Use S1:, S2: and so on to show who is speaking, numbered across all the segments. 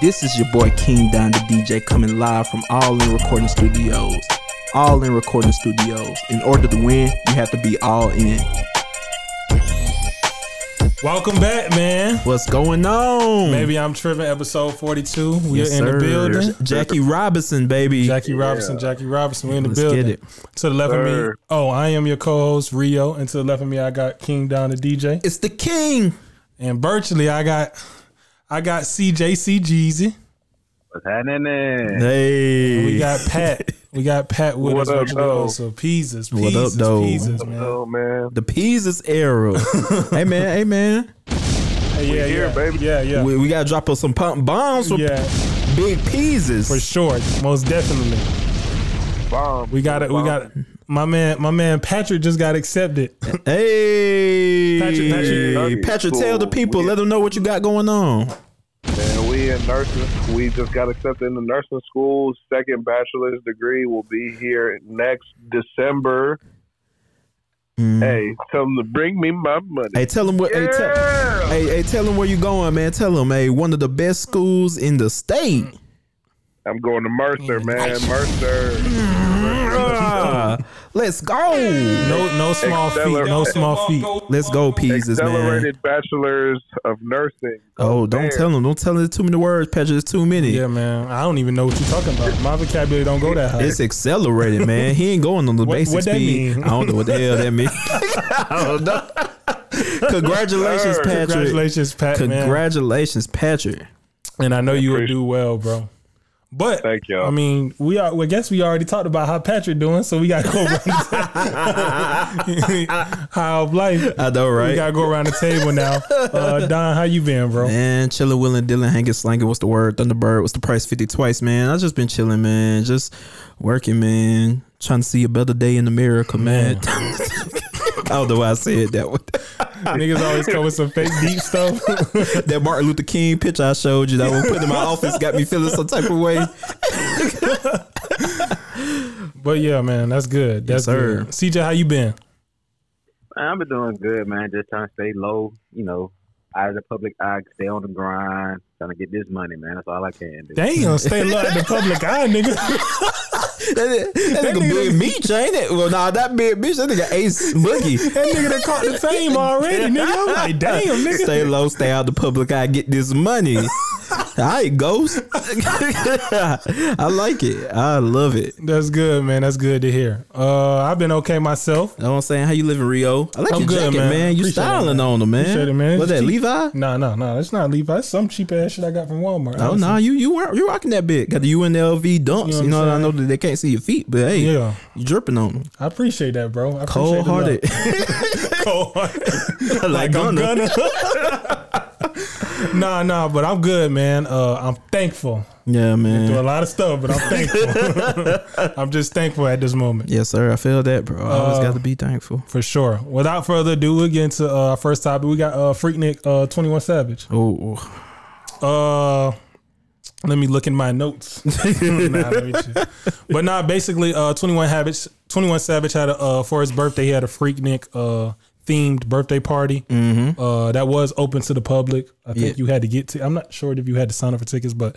S1: This is your boy King Don the DJ coming live from All In Recording Studios. All In Recording Studios. In order to win, you have to be all in.
S2: Welcome back, man.
S1: What's going on?
S2: Maybe I'm tripping. Episode 42. We're
S1: Yes,
S2: in
S1: sir.
S2: the building.
S1: Jackie Robinson, baby.
S2: Jackie Robinson, Jackie Robinson. We're in the
S1: Let's
S2: building.
S1: get it.
S2: To the left of me.
S3: Sir.
S2: Oh, I am your co-host Rio, and to the left of me, I got King Don the DJ,
S1: It's the King.
S2: and virtually I got, I got CJC Jeezy.
S3: What's happening? Then?
S1: Hey.
S2: We got Pat. we got Pat with
S3: What
S2: us
S3: up,
S2: virtually
S3: though?
S2: also. Peases,
S1: What up,
S2: peases,
S1: though?
S2: peases, man.
S3: Oh man,
S1: the Peases era. hey, man. Hey, man.
S2: Hey, yeah,
S3: here,
S2: yeah,
S3: baby.
S2: yeah, yeah,
S1: We, we got to drop us some pump bombs for
S2: yeah.
S1: Big Peases.
S2: For sure, most definitely.
S3: bomb!
S2: We got it. We got it. My man, my man Patrick just got accepted.
S1: Hey,
S2: Patrick, Patrick.
S1: Patrick, tell the people,
S3: Cool.
S1: let them know what you got going on.
S3: Man, we in nursing. We just got accepted into nursing school. Second bachelor's degree will be here next December.
S2: Mm.
S3: Hey, tell them to bring me my money.
S1: Hey, tell them what. Hey, tell,
S3: yeah.
S1: hey, hey, tell them where you going, man. Tell them, hey, one of the best schools in the state.
S3: I'm going to Mercer, man. Mercer.
S1: Ah, let's go.
S2: No, no small feet. No small feet.
S1: Let's go, Peases, man.
S3: Accelerated bachelor's of nursing.
S1: Oh, don't tell them. Don't tell them too many words, Patrick. It's too many.
S2: Yeah, man. I don't even know what you're talking about. My vocabulary don't go that high.
S1: It's accelerated, man. He ain't going on the
S2: What-
S1: basic
S2: what that
S1: speed.
S2: mean?
S1: I don't know what the hell that means. I don't know. Congratulations,
S3: Sir.
S1: Patrick.
S2: Congratulations, Pat, man.
S1: Congratulations, Patrick.
S2: And I know you would do well, bro. But
S3: Thank y'all.
S2: I mean, we are. well, I guess we already talked about how Patrick doing, so we got to go around. how life?
S1: I know, right?
S2: We got to go around the table now. Uh, Don, how you been, bro?
S1: Man, chilling, willing, dealing, hanging, slanging. What's the word? Thunderbird. What's the price? Fifty twice, man. I just been chilling, man. Just working, man. Trying to see a better day in America, man. I don't know why I said that one.
S2: Niggas always come with some fake deep stuff.
S1: that Martin Luther King picture I showed you that was put in my office got me feeling some type of way.
S2: but yeah, man, that's good. That's
S1: sir.
S2: good. CJ, how you been?
S4: I've been doing good, man. Just trying to stay low, you know, out of the public eye, stay on the grind, trying to get this money, man. That's all I can do.
S2: Damn, stay low in the public eye, nigga.
S1: That, that nigga
S2: nigga-
S1: big meech, ain't it? Well, nah, that big meech. That nigga Ace Boogie.
S2: That nigga done caught the fame already, nigga. I'm like, damn, nigga.
S1: Stay low, stay out the public eye, get this money. All right, ghost. I like it. I love it.
S2: That's good, man. That's good to hear. Uh, I've been okay myself.
S1: You know what I'm saying? How you living, Rio? I like
S2: I'm
S1: your
S2: good,
S1: jacket, man.
S2: man.
S1: You
S2: Appreciate it,
S1: styling
S2: man.
S1: on them, man.
S2: Appreciate it, man.
S1: What's that,
S2: Just keep-
S1: Levi?
S2: No, no, no. That's not Levi. That's some cheap ass shit I got from Walmart.
S1: Oh
S2: honestly.
S1: no, you you weren't you rocking that bit. Got the UNLV
S2: You know
S1: dumps.
S2: what
S1: You know,
S2: I'm
S1: I know that they can't see your feet, but hey,
S2: Yeah.
S1: you dripping on them.
S2: I appreciate that, bro. I appreciate
S1: Cold hearted.
S2: Cold hearted.
S1: like
S2: I'm
S1: Gunna.
S2: gonna. nah, nah. But I'm good, man. Uh, I'm thankful.
S1: Yeah,
S2: Do a
S1: man.
S2: lot of stuff, but I'm thankful. I'm just thankful at this moment.
S1: Yes, sir. I feel that, bro. I always
S2: Uh,
S1: got to be thankful.
S2: For sure. Without further ado, we'll get into uh, our first topic. We got uh, Freaknik uh, 21 Savage.
S1: Oh,
S2: Uh, let me look in my notes. Nah, let me just- but nah, basically, uh, Twenty One Habits. Twenty One Savage had a uh, for his birthday. He had a Freaknik uh themed birthday party. Uh, that was open to the public. I think
S1: Mm-hmm. Yeah.
S2: you had to get to. I'm not sure if you had to sign up for tickets, but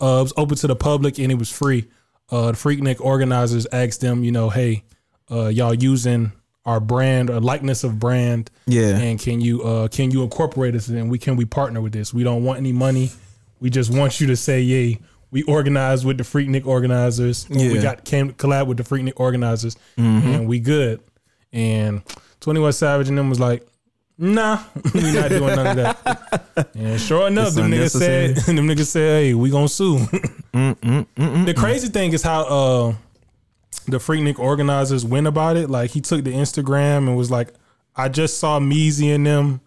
S2: uh, it was open to the public and it was free. Uh, the Freaknik organizers asked them, you know, hey, uh, y'all using our brand or likeness of brand
S1: Yeah.
S2: and can you uh can you incorporate us and we can we partner with this we don't want any money we just want you to say yay we organized with the freaknik organizers or we
S1: Yeah. Mm-hmm.
S2: got came collab with the freaknik organizers and we good and 21 savage and them was like nah we not doing none of that and sure enough
S1: It's Mm,
S2: them niggas said them niggas said hey we gonna sue the crazy thing is how uh the Freaknik organizers went about it. Like he took the Instagram and was like, I just saw Meezy and them.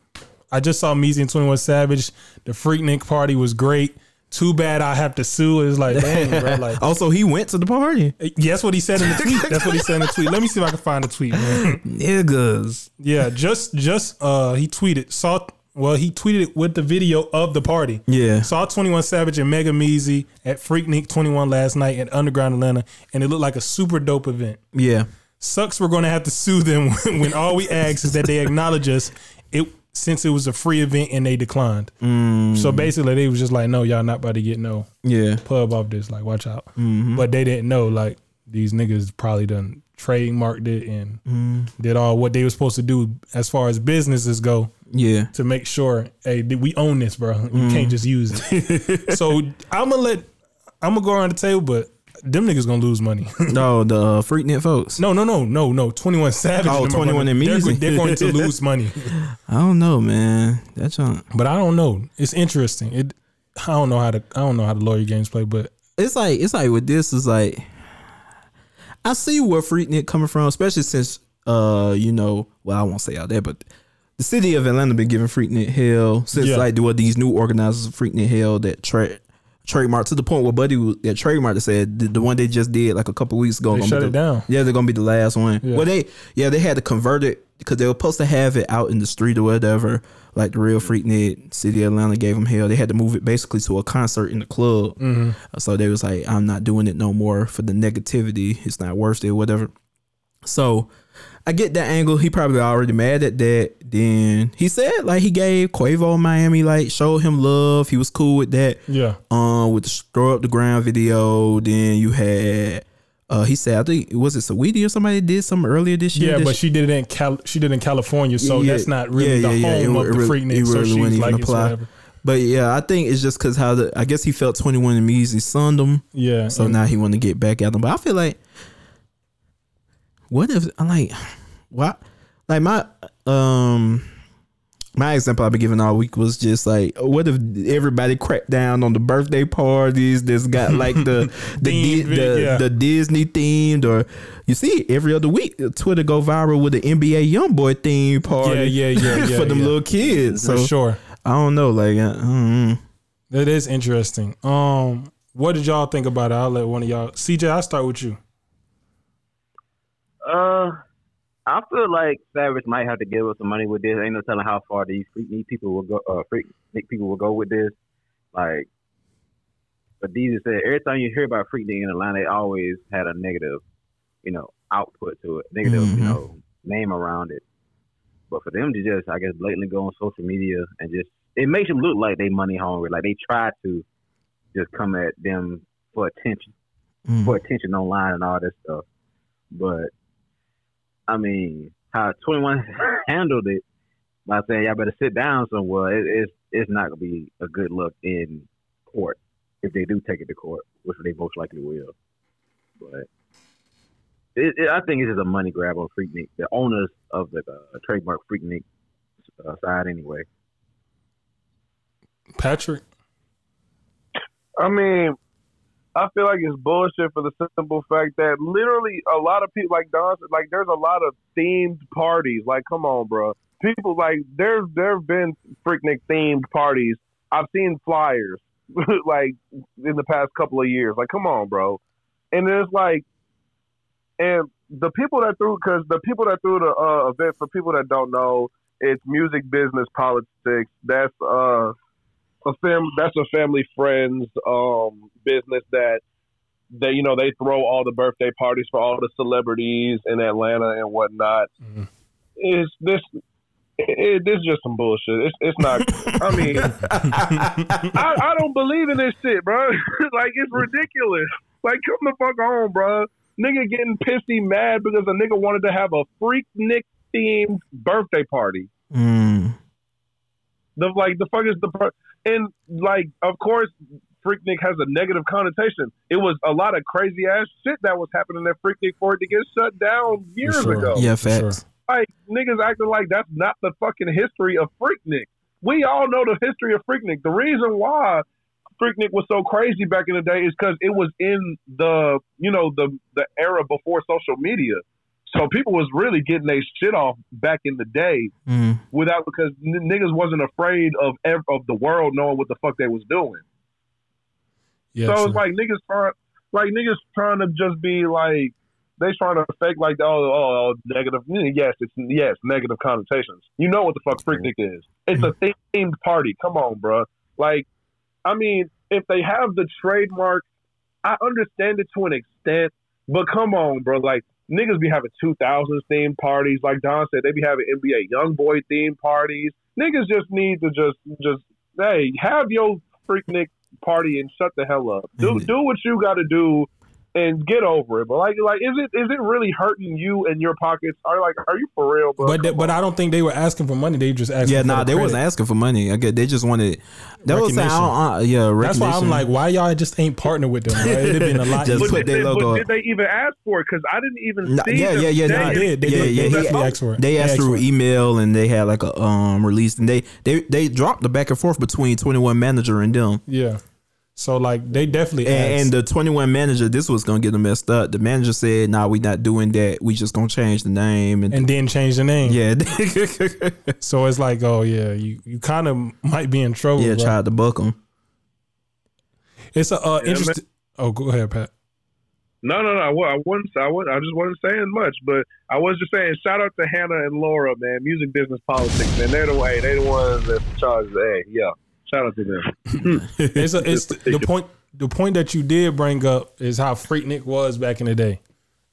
S2: I just saw Meezy and 21 Savage. The Freaknik party was great. Too bad I have to sue. It's like, dang, bro. Like,
S1: Also, he went to the party.
S2: yeah, that's what he said in the tweet. That's what he said in the tweet. Let me see if I can find the tweet, man.
S1: Niggas.
S2: Yeah, just just uh he tweeted, saw well, he tweeted it with the video of the party.
S1: Yeah.
S2: Saw 21 Savage and Mega Meezy at Freaknik 21 last night at Underground Atlanta, and it looked like a super dope event.
S1: Yeah.
S2: sucks we're going to have to sue them when, when all we ask is that they acknowledge us. It since it was a free event and they declined.
S1: Mm,
S2: So basically, they was just like, "No, y'all not about to get no
S1: yeah.
S2: pub off this. Like, watch out."
S1: Mm-hmm.
S2: But they didn't know like these niggas probably done trademarked it and
S1: Mm,
S2: did all what they was supposed to do as far as businesses go
S1: yeah.
S2: to make sure, hey, th- we own this, bro. You
S1: Mm.
S2: can't just use it. so I'm gonna let I'm gonna go around the table, but them niggas gonna lose money.
S1: No, the uh, Freaknik folks.
S2: no, no, no, no, no. Twenty One Savage.
S1: Oh,
S2: and them are
S1: 21
S2: gonna-
S1: and
S2: they're,
S1: Measly.
S2: they're going to lose money.
S1: I don't know, man. That junk.
S2: But I don't know. It's interesting. It. I don't know how to. I don't know how to lawyer games play, but
S1: It's like it's like with this is like I see where Freaknik coming from, especially since uh you know well I won't say out there, but the city of Atlanta been giving Freaknik hell since
S2: Yeah.
S1: like there were these new organizers of Freaknik hell that tra- trademark to the point where Buddy was- that trademark that said the, the one they just did like a couple weeks ago
S2: They
S1: gonna be
S2: shut
S1: the-
S2: it down.
S1: Yeah, they're gonna be the last one.
S2: Yeah.
S1: Well, they yeah they had to convert it because they were supposed to have it out in the street or whatever. Like the real Freaknik City of Atlanta gave them hell. They had to move it basically to a concert in the club.
S2: Mm-hmm.
S1: So they was like, I'm not doing it no more for the negativity. It's not worth it, whatever. So I get that angle. He probably already mad at that. Then he said like he gave Quavo Miami like showed him love. He was cool with that
S2: yeah,
S1: um with the throw up the ground video. Then you had uh he said I think was it Saweetie or somebody did something earlier this year.
S2: yeah.
S1: that
S2: But
S1: she-
S2: she did it in Cal. She did it in California, so
S1: Yeah,
S2: that's not really
S1: yeah,
S2: the
S1: yeah, yeah.
S2: home
S1: It
S2: of the
S1: re-
S2: freaknik.
S1: it
S2: so
S1: really
S2: she
S1: wouldn't
S2: was
S1: even
S2: like, it's
S1: apply.
S2: whatever.
S1: but yeah, I think it's just because how the I guess he felt twenty one and Measy sunned him,
S2: Yeah.
S1: so
S2: and-
S1: now he want to get back at them. But I feel like what if I'm like what like my um. My example I've been giving all week was just like, what if everybody cracked down on the birthday parties that's got like the the Di-
S2: Themed video,
S1: the,
S2: yeah.
S1: the Disney themed or you see every other week Twitter go viral with the NBA YoungBoy themed party.
S2: yeah, yeah, yeah,
S1: for them
S2: yeah.
S1: little kids. So
S2: for sure.
S1: I don't know, like uh, mm,
S2: That is interesting. Um, what did y'all think about it? I'll let one of y'all. CJ, I'll start with you.
S4: Uh, I feel like Savage might have to give us some money with this. Ain't no telling how far these freak Nick people will go. Uh, freak Nick people will go with this. Like, but these said, every time you hear about freak Nick in Atlanta, they always had a negative, you know, output to it, negative,
S1: Mhm.
S4: you know, name around it. But for them to just, I guess, blatantly go on social media and just, it makes them look like they money hungry. Like they try to just come at them for attention
S1: mm.
S4: for attention online and all this stuff. But I mean, how 21 handled it by saying y'all better sit down somewhere, it, it's it's not gonna be a good look in court if they do take it to court, which they most likely will. But it, it, I think it's just a money grab on Freaknik, the owners of the uh, trademark Freaknik uh, side anyway.
S2: Patrick.
S3: I mean, I feel like it's bullshit for the simple fact that literally a lot of people, like Don, said, like there's a lot of themed parties. Like, come on, bro. People like there's there have been freaknik themed parties. I've seen flyers like in the past couple of years. Like, come on, bro. And it's like, and the people that threw because the people that threw the uh, event for people that don't know, it's music business politics. That's uh a fam- that's a family friends um business that they you know they throw all the birthday parties for all the celebrities in Atlanta and whatnot.
S2: Mhm.
S3: Is this it, this is just some bullshit. It's it's not. I mean, I, I don't believe in this shit, bro. like it's ridiculous. Like come the fuck on, bro. Nigga getting pissy mad because a nigga wanted to have a freak Nick themed birthday party.
S1: Mm.
S3: The like the fuck is the per- and like of course Freaknik has a negative connotation. It was a lot of crazy ass shit that was happening at Freaknik for it to get shut down
S2: For
S3: years
S2: sure.
S3: ago.
S1: Yeah,
S2: For sure.
S1: facts.
S3: Like niggas acting like that's not the fucking history of Freaknik. We all know the history of Freaknik. The reason why Freaknik was so crazy back in the day is because it was in the you know the the era before social media. So people was really getting their shit off back in the day
S1: Mm.
S3: without because n- niggas wasn't afraid of ev- of the world knowing what the fuck they was doing.
S2: Yeah.
S3: so
S2: true.
S3: it's like niggas trying, like niggas trying to just be like they trying to fake like oh oh, oh negative mm, yes it's yes negative connotations. You know what the fuck freaknik is? It's a themed party. Come on, bro. Like I mean, if they have the trademark, I understand it to an extent, but come on, bro. Like niggas be having two thousands themed parties. Like Don said, they be having NBA YoungBoy themed parties. niggas just need to just just hey have your freaknik party and shut the hell up. Do
S1: Amen.
S3: do what you got to do and get over it. But like like is it is it really hurting you and your pockets? Are like are you for real? Bro?
S2: But th- but I don't think they were asking for money. They just asked.
S1: Yeah, nah, they wasn't asking for money. Okay, they just wanted. That was saying, I don't- uh, yeah,
S2: That's why I'm
S1: recognition.
S2: like, why y'all just ain't partner with them? Right? It'd been a lot.
S1: Just
S2: easier.
S1: put
S3: did
S1: their
S3: they,
S1: logo
S3: but
S1: up.
S3: did they even ask for it? Because I didn't even
S1: No,
S3: see.
S1: yeah,
S3: them
S1: yeah, yeah,
S3: say
S1: nah,
S2: they
S3: it.
S2: did. They
S1: yeah,
S2: did.
S1: yeah,
S2: They
S1: he-
S2: definitely asked for it.
S1: They asked
S2: for
S1: through E
S2: it.
S1: email and they had like a um release and they they they dropped the back and forth between 21 manager and them.
S2: Yeah. So like they definitely
S1: And, and the
S2: asked.
S1: 21 manager, this was gonna get them messed up. The manager said, "Nah, we not doing that. We just gonna change the name." And,
S2: and then change the name.
S1: yeah,
S2: So it's like, oh yeah, you, you kind of might be in trouble.
S1: yeah,
S2: bro.
S1: tried to buck them.
S2: It's a uh,
S3: man.
S2: interesting. Oh, go ahead, Pat.
S3: No, no, no. I, wa- I wasn't. I was. I just wasn't saying much, but I was just saying. Shout out to Hannah and Laura, man. Music business politics, man. They're the way. They're the ones that charge. Hey, yeah. Shout out to them.
S2: It's a, it's the point. The point that you did bring up is how Freaknik was back in the day,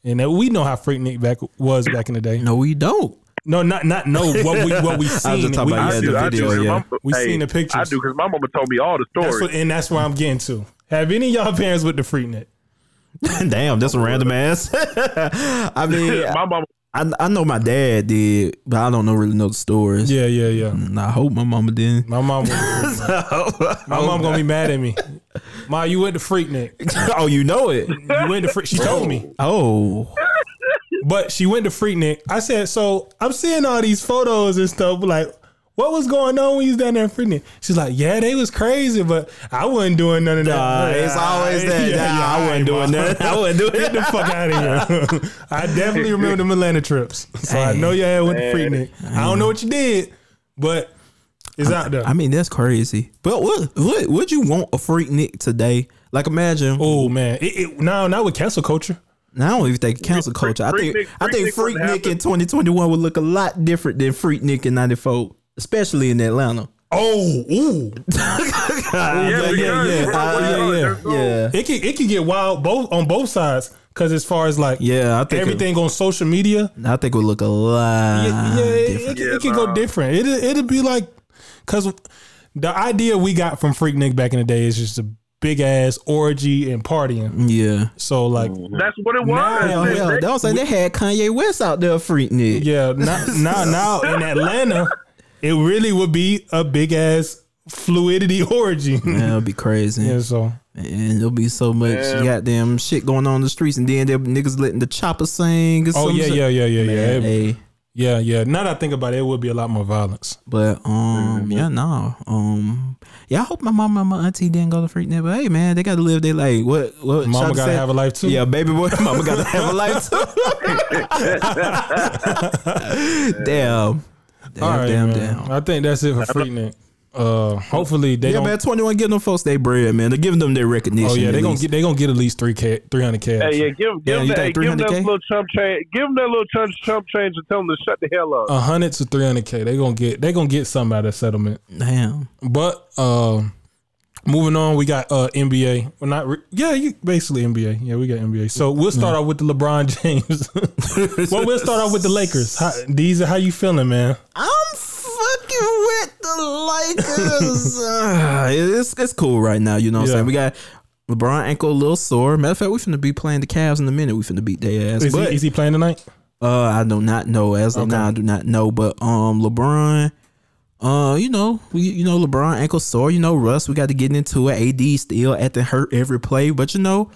S2: and that we know how Freaknik back was back in the day.
S1: No, we don't.
S2: No, not not no. What we what we
S1: I was
S2: seen.
S1: just talking
S2: We-
S1: about yeah,
S3: do-
S1: the
S3: I do,
S1: video.
S3: and
S1: Yeah.
S3: my-
S2: We seen the pictures.
S3: I do because my mama told me all the
S2: that's
S3: stories.
S2: what, and that's where I'm getting to. Have any of y'all parents with the Freaknik?
S1: Damn, that's a random ass. I mean,
S3: my mama.
S1: I, I know my dad did, but I don't know really know the stories.
S2: Yeah, yeah, yeah.
S1: And I hope my mama didn't.
S2: My mom, my mom gonna be mad at me. Ma, you with the Freaknik?
S1: oh, you know it.
S2: You went to Freak. She told me.
S1: Oh,
S2: But she went to Freaknik. I said, so I'm seeing all these photos and stuff. but Like, what was going on when you was down there in Freaknik? She's like, yeah, they was crazy, but I wasn't doing none of that.
S1: nah,
S2: I'm like,
S1: it's always that.
S2: yeah,
S1: nah,
S2: yeah,
S1: I wasn't
S2: all right,
S1: doing
S2: Ma.
S1: that. I wasn't doing
S2: Get the
S1: that.
S2: fuck out of here. I definitely remember them Atlanta trips. So I know your ass went to Freaknik. I don't know what you did, but it's out there.
S1: I mean, that's crazy. But what what would you want a freak Nick today? Like, imagine.
S2: oh, man. It, it, no, not with cancel culture.
S1: Now, I don't even think cancel
S3: Freak-
S1: culture. I
S3: Freak
S1: think
S3: Nick-
S1: I
S3: Freak
S1: think
S3: Nick
S1: freak
S3: wouldn't
S1: Nick
S3: happen.
S1: in 2021 would look a lot different than freak Nick in '94, especially in Atlanta.
S2: Oh, ooh.
S1: Uh,
S3: Ah,
S1: yeah, Uh,
S3: because-
S1: yeah,
S3: bro,
S2: yeah,
S1: yeah, yeah.
S2: It can, it can get wild both on both sides. Because as far as like
S1: Yeah, I think it-
S2: everything on social media,
S1: I think it would look a lot Ah,
S2: yeah, yeah, it,
S1: different.
S2: it,
S3: Yeah,
S2: it could go
S3: nah.
S2: different. It it'd be like because the idea we got from Freak Nick back in the day is just a big ass orgy and partying.
S1: Yeah.
S2: So like,
S3: That's what it was.
S2: Nah,
S1: Hell,
S3: They-
S1: hell,
S3: they-
S1: that was like they had Kanye West out there freaking it.
S2: yeah, now now, now in Atlanta, it really would be a big ass fluidity orgy.
S1: Man, it'll be crazy.
S2: yeah, so
S1: And there'll be so much goddamn shit going on in the streets, and then there be niggas letting the chopper sing. Or
S2: oh
S1: some
S2: yeah,
S1: shit.
S2: yeah, yeah, yeah, yeah,
S1: Man,
S2: It-
S1: hey,
S2: yeah, yeah. Now that I think about it, it would be a lot more violence.
S1: but um, yeah, no, um, yeah. I hope my mom and my auntie didn't go to freak Nick, but hey, man, they got to live their life. What? What? Shaka
S2: Mama gotta
S1: said?
S2: have a life too.
S1: Yeah, baby boy, mama gotta have a life too. damn, damn,
S2: All right,
S1: damn,
S2: man.
S1: damn.
S2: I think that's it for Freaknik. Uh, hopefully they
S1: Yeah,
S2: don't.
S1: man, twenty one. Give them folks their bread, man. They're giving them their recognition.
S2: Oh yeah,
S1: at
S2: they gonna
S1: least.
S2: get they gonna get at least three k three hundred k.
S3: Hey, yeah, give,
S1: Yeah,
S3: give,
S1: you
S3: that,
S1: think
S3: hey, give them that
S1: 300K?
S3: little chump change. Give them that little chump, chump change and tell them to shut the hell up.
S2: A hundred to three hundred k. They gonna get they gonna get something out of settlement.
S1: Damn.
S2: But um, moving on, we got uh NBA. Well, not re- yeah, you basically NBA. Yeah, we got NBA. So we'll start off with the LeBron James. well, we'll start off with the Lakers. How, Deezer, how you feeling, man?
S1: I'm fucking with the Lakers. Ah, it's it's cool right now. You know what
S2: Yeah.
S1: I'm saying? We got LeBron ankle a little sore. Matter of fact, we finna be playing the Cavs in a minute. We finna beat their ass.
S2: Is
S1: but
S2: he, is he playing tonight?
S1: uh, I do not know. As of now, I do not know. But um, LeBron. Uh, you know, we, you know LeBron ankle sore. You know Russ. We got to get into it. AD still at the hurt every play, but you know,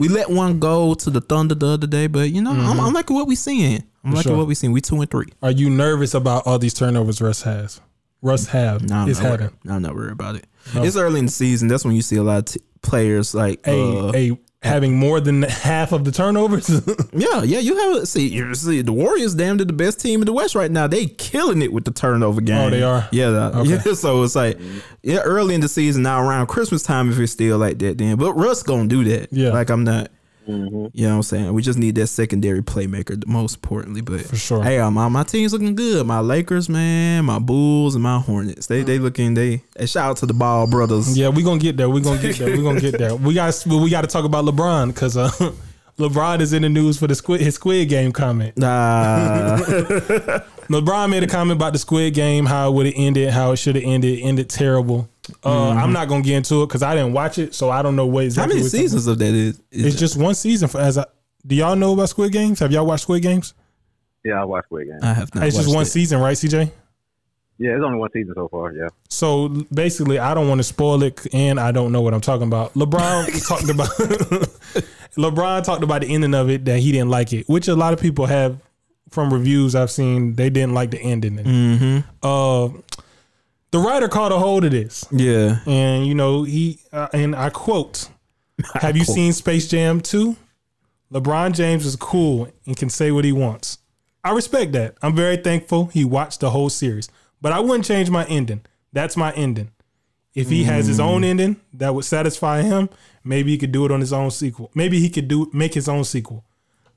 S1: we let one go to the Thunder the other day. But you know, I'm, I'm liking what we seeing. I'm liking
S2: Mm-hmm. sure.
S1: what we seeing. We two and three.
S2: Are you nervous about all these turnovers Russ has? Russ have
S1: No, I'm
S2: is
S1: not
S2: having.
S1: worried. I'm not worried about it.
S2: Oh.
S1: It's early in the season. That's when you see a lot of t- players like,
S2: Hey,
S1: uh,
S2: hey, having more than half of the turnovers.
S1: yeah, yeah. You have see, you see, the Warriors damn near the best team in the West right now. They killing it with the turnover game.
S2: Oh, they are?
S1: Yeah, the-
S2: Okay.
S1: yeah. So it's like, yeah, early in the season, now around Christmas time, if it's still like that, then. But Russ gonna do that.
S2: Yeah.
S1: like I'm not. You know what I'm saying? We just need that secondary playmaker, the most importantly. But for
S2: sure.
S1: hey, uh, my, my team's looking good. My Lakers, man, my Bulls, and my Hornets. They
S2: Mm.
S1: they looking they. And shout out to the Ball brothers.
S2: Yeah, we're gonna get there. We're gonna get there. We're gonna get there. We got we got to talk about LeBron because uh, LeBron is in the news for the squid his squid game comment.
S1: Nah.
S2: LeBron made a comment about the Squid Game, how it would have ended, how it should have ended, ended terrible. Uh, I'm not gonna get into it because I didn't watch it, so I don't know what
S1: Mm-hmm. How
S2: exactly.
S1: many
S2: what's-
S1: seasons of that is? is
S2: It's just one season. For as I, do y'all know about Squid Games? Have y'all watched Squid Games?
S4: Yeah, I watched Squid Game.
S1: I have not.
S2: it's just
S1: watched
S2: one
S1: it.
S2: season, right, CJ?
S4: Yeah, it's only one season so far. Yeah.
S2: So basically, I don't want to spoil it, and I don't know what I'm talking about. LeBron talked about LeBron talked about the ending of it that he didn't like it, which a lot of people have from reviews I've seen they didn't like the ending. Uh, the writer caught a hold of this,
S1: Yeah.
S2: and you know he uh, and I quote: "Have you
S1: quote.
S2: seen Space Jam 2? LeBron James is cool and can say what he wants. I respect that. I'm very thankful he watched the whole series, but I wouldn't change my ending. That's my ending. If he has his
S1: Mm.
S2: own ending that would satisfy him, maybe he could do it on his own sequel. Maybe he could do make his own sequel.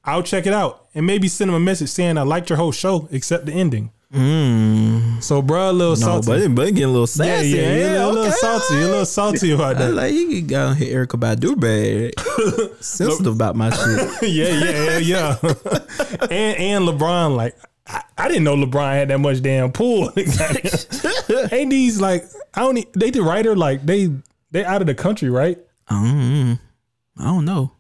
S2: I'll check it out and maybe send him a message saying I liked your whole show except the ending.
S1: Mm.
S2: So, bruh, a
S1: No,
S2: little salty.
S1: but it but it getting a little
S2: Yeah,
S1: sassy.
S2: yeah, yeah.
S1: you know,
S2: a little
S1: okay,
S2: salty. A little salty about
S1: I
S2: that.
S1: like you can go and hit Erica Badu bad. Sensitive about my shit.
S2: yeah, yeah, yeah, yeah. and and LeBron, like I, I didn't know LeBron had that much damn pool. Ain't these like I don't? e- They the writer like they they out of the country, right?
S1: Mm, I don't know.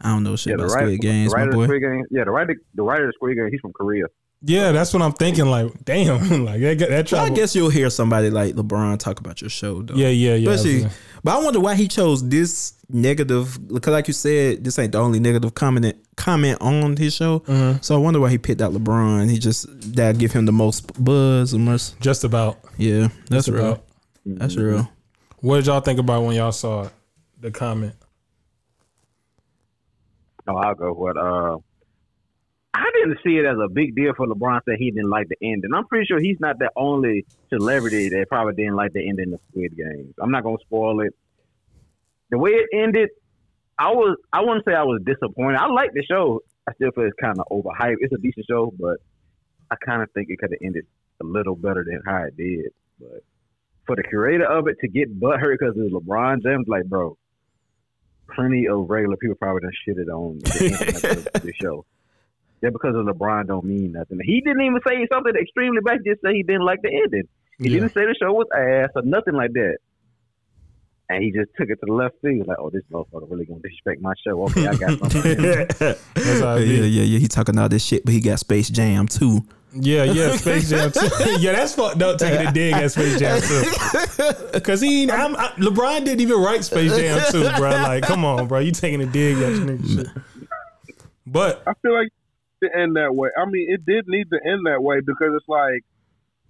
S1: I don't know shit
S4: Yeah, the
S1: about
S4: writer,
S1: Squid Games,
S4: the
S1: my
S4: writer of
S1: boy.
S4: Squid Game. Yeah, the writer, the writer of Squid Game. He's from Korea.
S2: Yeah, that's what I'm thinking. Like, damn, like that that
S1: But I
S2: travel.
S1: guess you'll hear somebody like LeBron talk about your show though.
S2: yeah, yeah, yeah.
S1: Especially, but I wonder why he chose this negative. Because, like you said, this ain't the only negative comment comment on his show. So I wonder why he picked out LeBron. He just that give him the most buzz. And most,
S2: just about.
S1: yeah, that's
S2: Just
S1: real.
S2: about.
S1: That's real.
S2: What did y'all think about when y'all saw it? The comment.
S4: Oh, I'll go with. Uh, I didn't see it as a big deal for LeBron that he didn't like the ending. I'm pretty sure he's not the only celebrity that probably didn't like the ending of Squid Games. I'm not gonna spoil it. The way it ended, I was I wouldn't say I was disappointed. I like the show. I still feel it's kind of overhyped. It's a decent show, but I kind of think it could have ended a little better than how it did. But for the creator of it to get butthurt because it was LeBron James, like bro, plenty of regular people probably done shitted on the, the, the show. Yeah, because of LeBron don't mean nothing. He didn't even say something extremely bad. He just said he didn't like the ending. He
S2: Yeah.
S4: didn't say the show was ass or nothing like that. And he just took it to the left field. Like, oh, this motherfucker really gonna disrespect my show. Okay, I got something.
S2: That's
S1: Yeah,
S2: how I
S1: yeah,
S2: be.
S1: yeah. He talking all this shit, but he got Space Jam too.
S2: Yeah, yeah, Space Jam too. yeah, that's fucked up taking a dig at Space Jam too. Cause he, I'm, I, LeBron didn't even write Space Jam too, bro. Like, come on, bro, you taking a dig at your nigga shit. But
S3: I feel like it to end that way. I mean, it did need to end that way because it's like,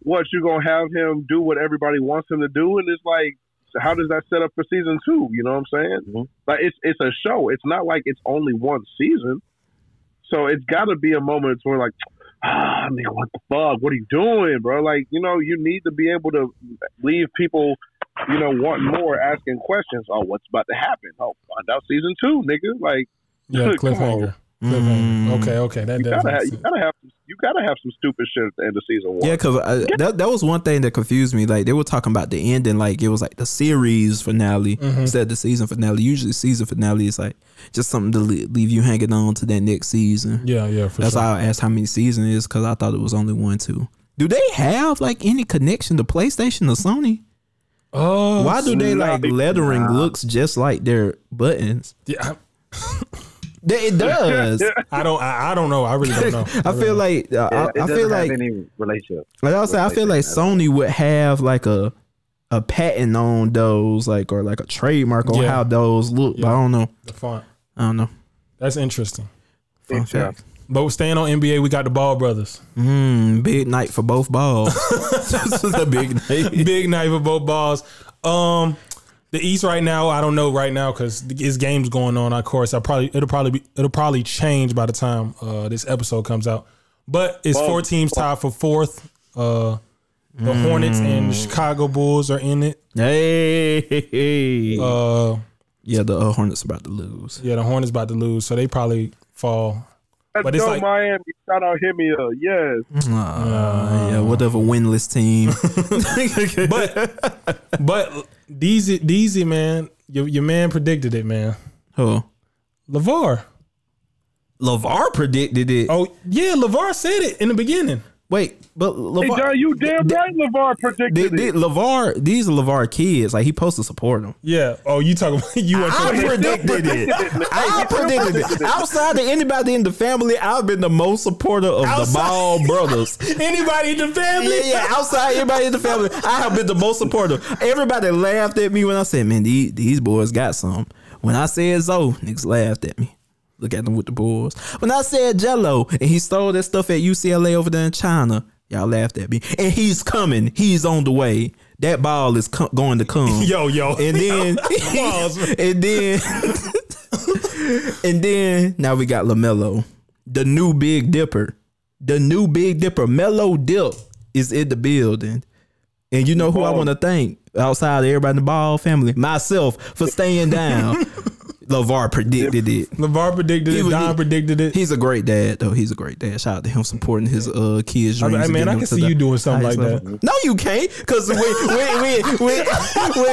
S3: what you gonna have him do what everybody wants him to do, and it's like, so how does that set up for season two? You know what I'm saying?
S4: Mhm.
S3: Like it's it's a show. It's not like it's only one season, so it's got to be a moment where like. Ah, I mean, what the fuck? What are you doing, bro? Like, you know, you need to be able to leave people, you know, wanting more, asking questions. Oh, what's about to happen? Oh, find out season two, nigga. Like,
S2: yeah,
S3: Come
S2: cliffhanger.
S3: on.
S2: cliffhanger. Okay, okay, that
S3: you
S2: does
S3: gotta
S2: make
S3: have, you
S2: sense.
S3: gotta have some, you gotta have some stupid shit at the end of season one.
S1: Yeah, because that, that was one thing that confused me. Like, they were talking about the ending, like, it was like the series finale instead of the season finale. Usually, season finale is like just something to le- leave you hanging on to that next season.
S2: Yeah, yeah, for
S1: That's
S2: sure.
S1: why I asked how many season it is because I thought it was only one, two. Do they have like any connection to PlayStation or Sony?
S2: Oh,
S1: Why do they like lettering
S4: Nah.
S1: looks just like their buttons?
S2: yeah,
S1: They- It does.
S2: I, I don't, I, I don't know. I really don't know.
S1: I feel like uh,
S4: Yeah,
S1: I-
S4: it
S1: I
S4: doesn't
S1: feel
S4: have
S1: like
S4: any relationship.
S1: Like I said, I feel like Sony would have like a a patent on those, like or like a trademark on
S2: Yeah.
S1: how those look. But I don't know.
S2: the font.
S1: I don't know.
S2: That's interesting.
S1: Fun
S4: Yeah.
S1: fact.
S2: But staying on NBA, we got the Ball brothers.
S1: Mm, big night for both balls. this is a big night.
S2: Big night for both balls. Um, the East right now, I don't know right now because it's games going on. Of course, I probably it'll probably be it'll probably change by the time uh, this episode comes out. But it's four teams tied for fourth. Uh, the Hornets and the Chicago Bulls are in it.
S1: Hey,
S2: Uh,
S1: yeah, the uh, Hornets about to lose.
S2: yeah, the Hornets about to lose, so they probably fall.
S3: Let's
S2: but it's
S3: go
S2: like-
S3: Miami! Shout out Hemia. Yes,
S1: Ah, yeah, whatever winless team.
S2: But but DZ DZ man, your your man predicted it, man.
S1: oh,
S2: Levar.
S1: Levar predicted it.
S2: Oh yeah, Levar said it in the beginning.
S1: Wait, but
S3: Hey,
S1: Levar,
S3: John, you damn right LeVar predicted
S1: they, they,
S3: it.
S1: Levar, these are Levar kids. Like he supposed to support them.
S2: Yeah. Oh, you talking about
S1: I
S2: you? Are
S1: predicted it. I predicted it. Outside of anybody in the family, I've been the most supporter of the
S2: Outside-
S1: Ball brothers.
S2: anybody in the family?
S1: Yeah, yeah. Outside everybody in the family, I have been the most supportive. Everybody laughed at me when I said, "Man, these, these boys got some." When I said Zoe, niggas laughed at me. Look at them with the boys. When I said Jello and he stole that stuff at UCLA over there in China, y'all laughed at me. And he's coming. He's on the way. That ball is co- going to come.
S2: Yo, yo.
S1: And then,
S2: Pause.
S1: and then, and then now we got Lamelo, the new Big Dipper, the new Big Dipper. Mellow Dip is in the building, and you know who I want to thank outside of everybody in the Ball family, myself for staying down. Lavar predicted it.
S2: Levar predicted
S1: He
S2: it.
S1: was-
S2: Don predicted it.
S1: He's a great dad, though. He's a great dad. Shout out to him supporting his uh kids' dreams.
S2: I mean,
S1: and
S2: I
S1: getting
S2: mean, I
S1: them
S2: can
S1: to
S2: see
S1: the
S2: you doing something
S1: highest
S2: like that.
S1: level. No, you can't, because we, we, we, we, we, you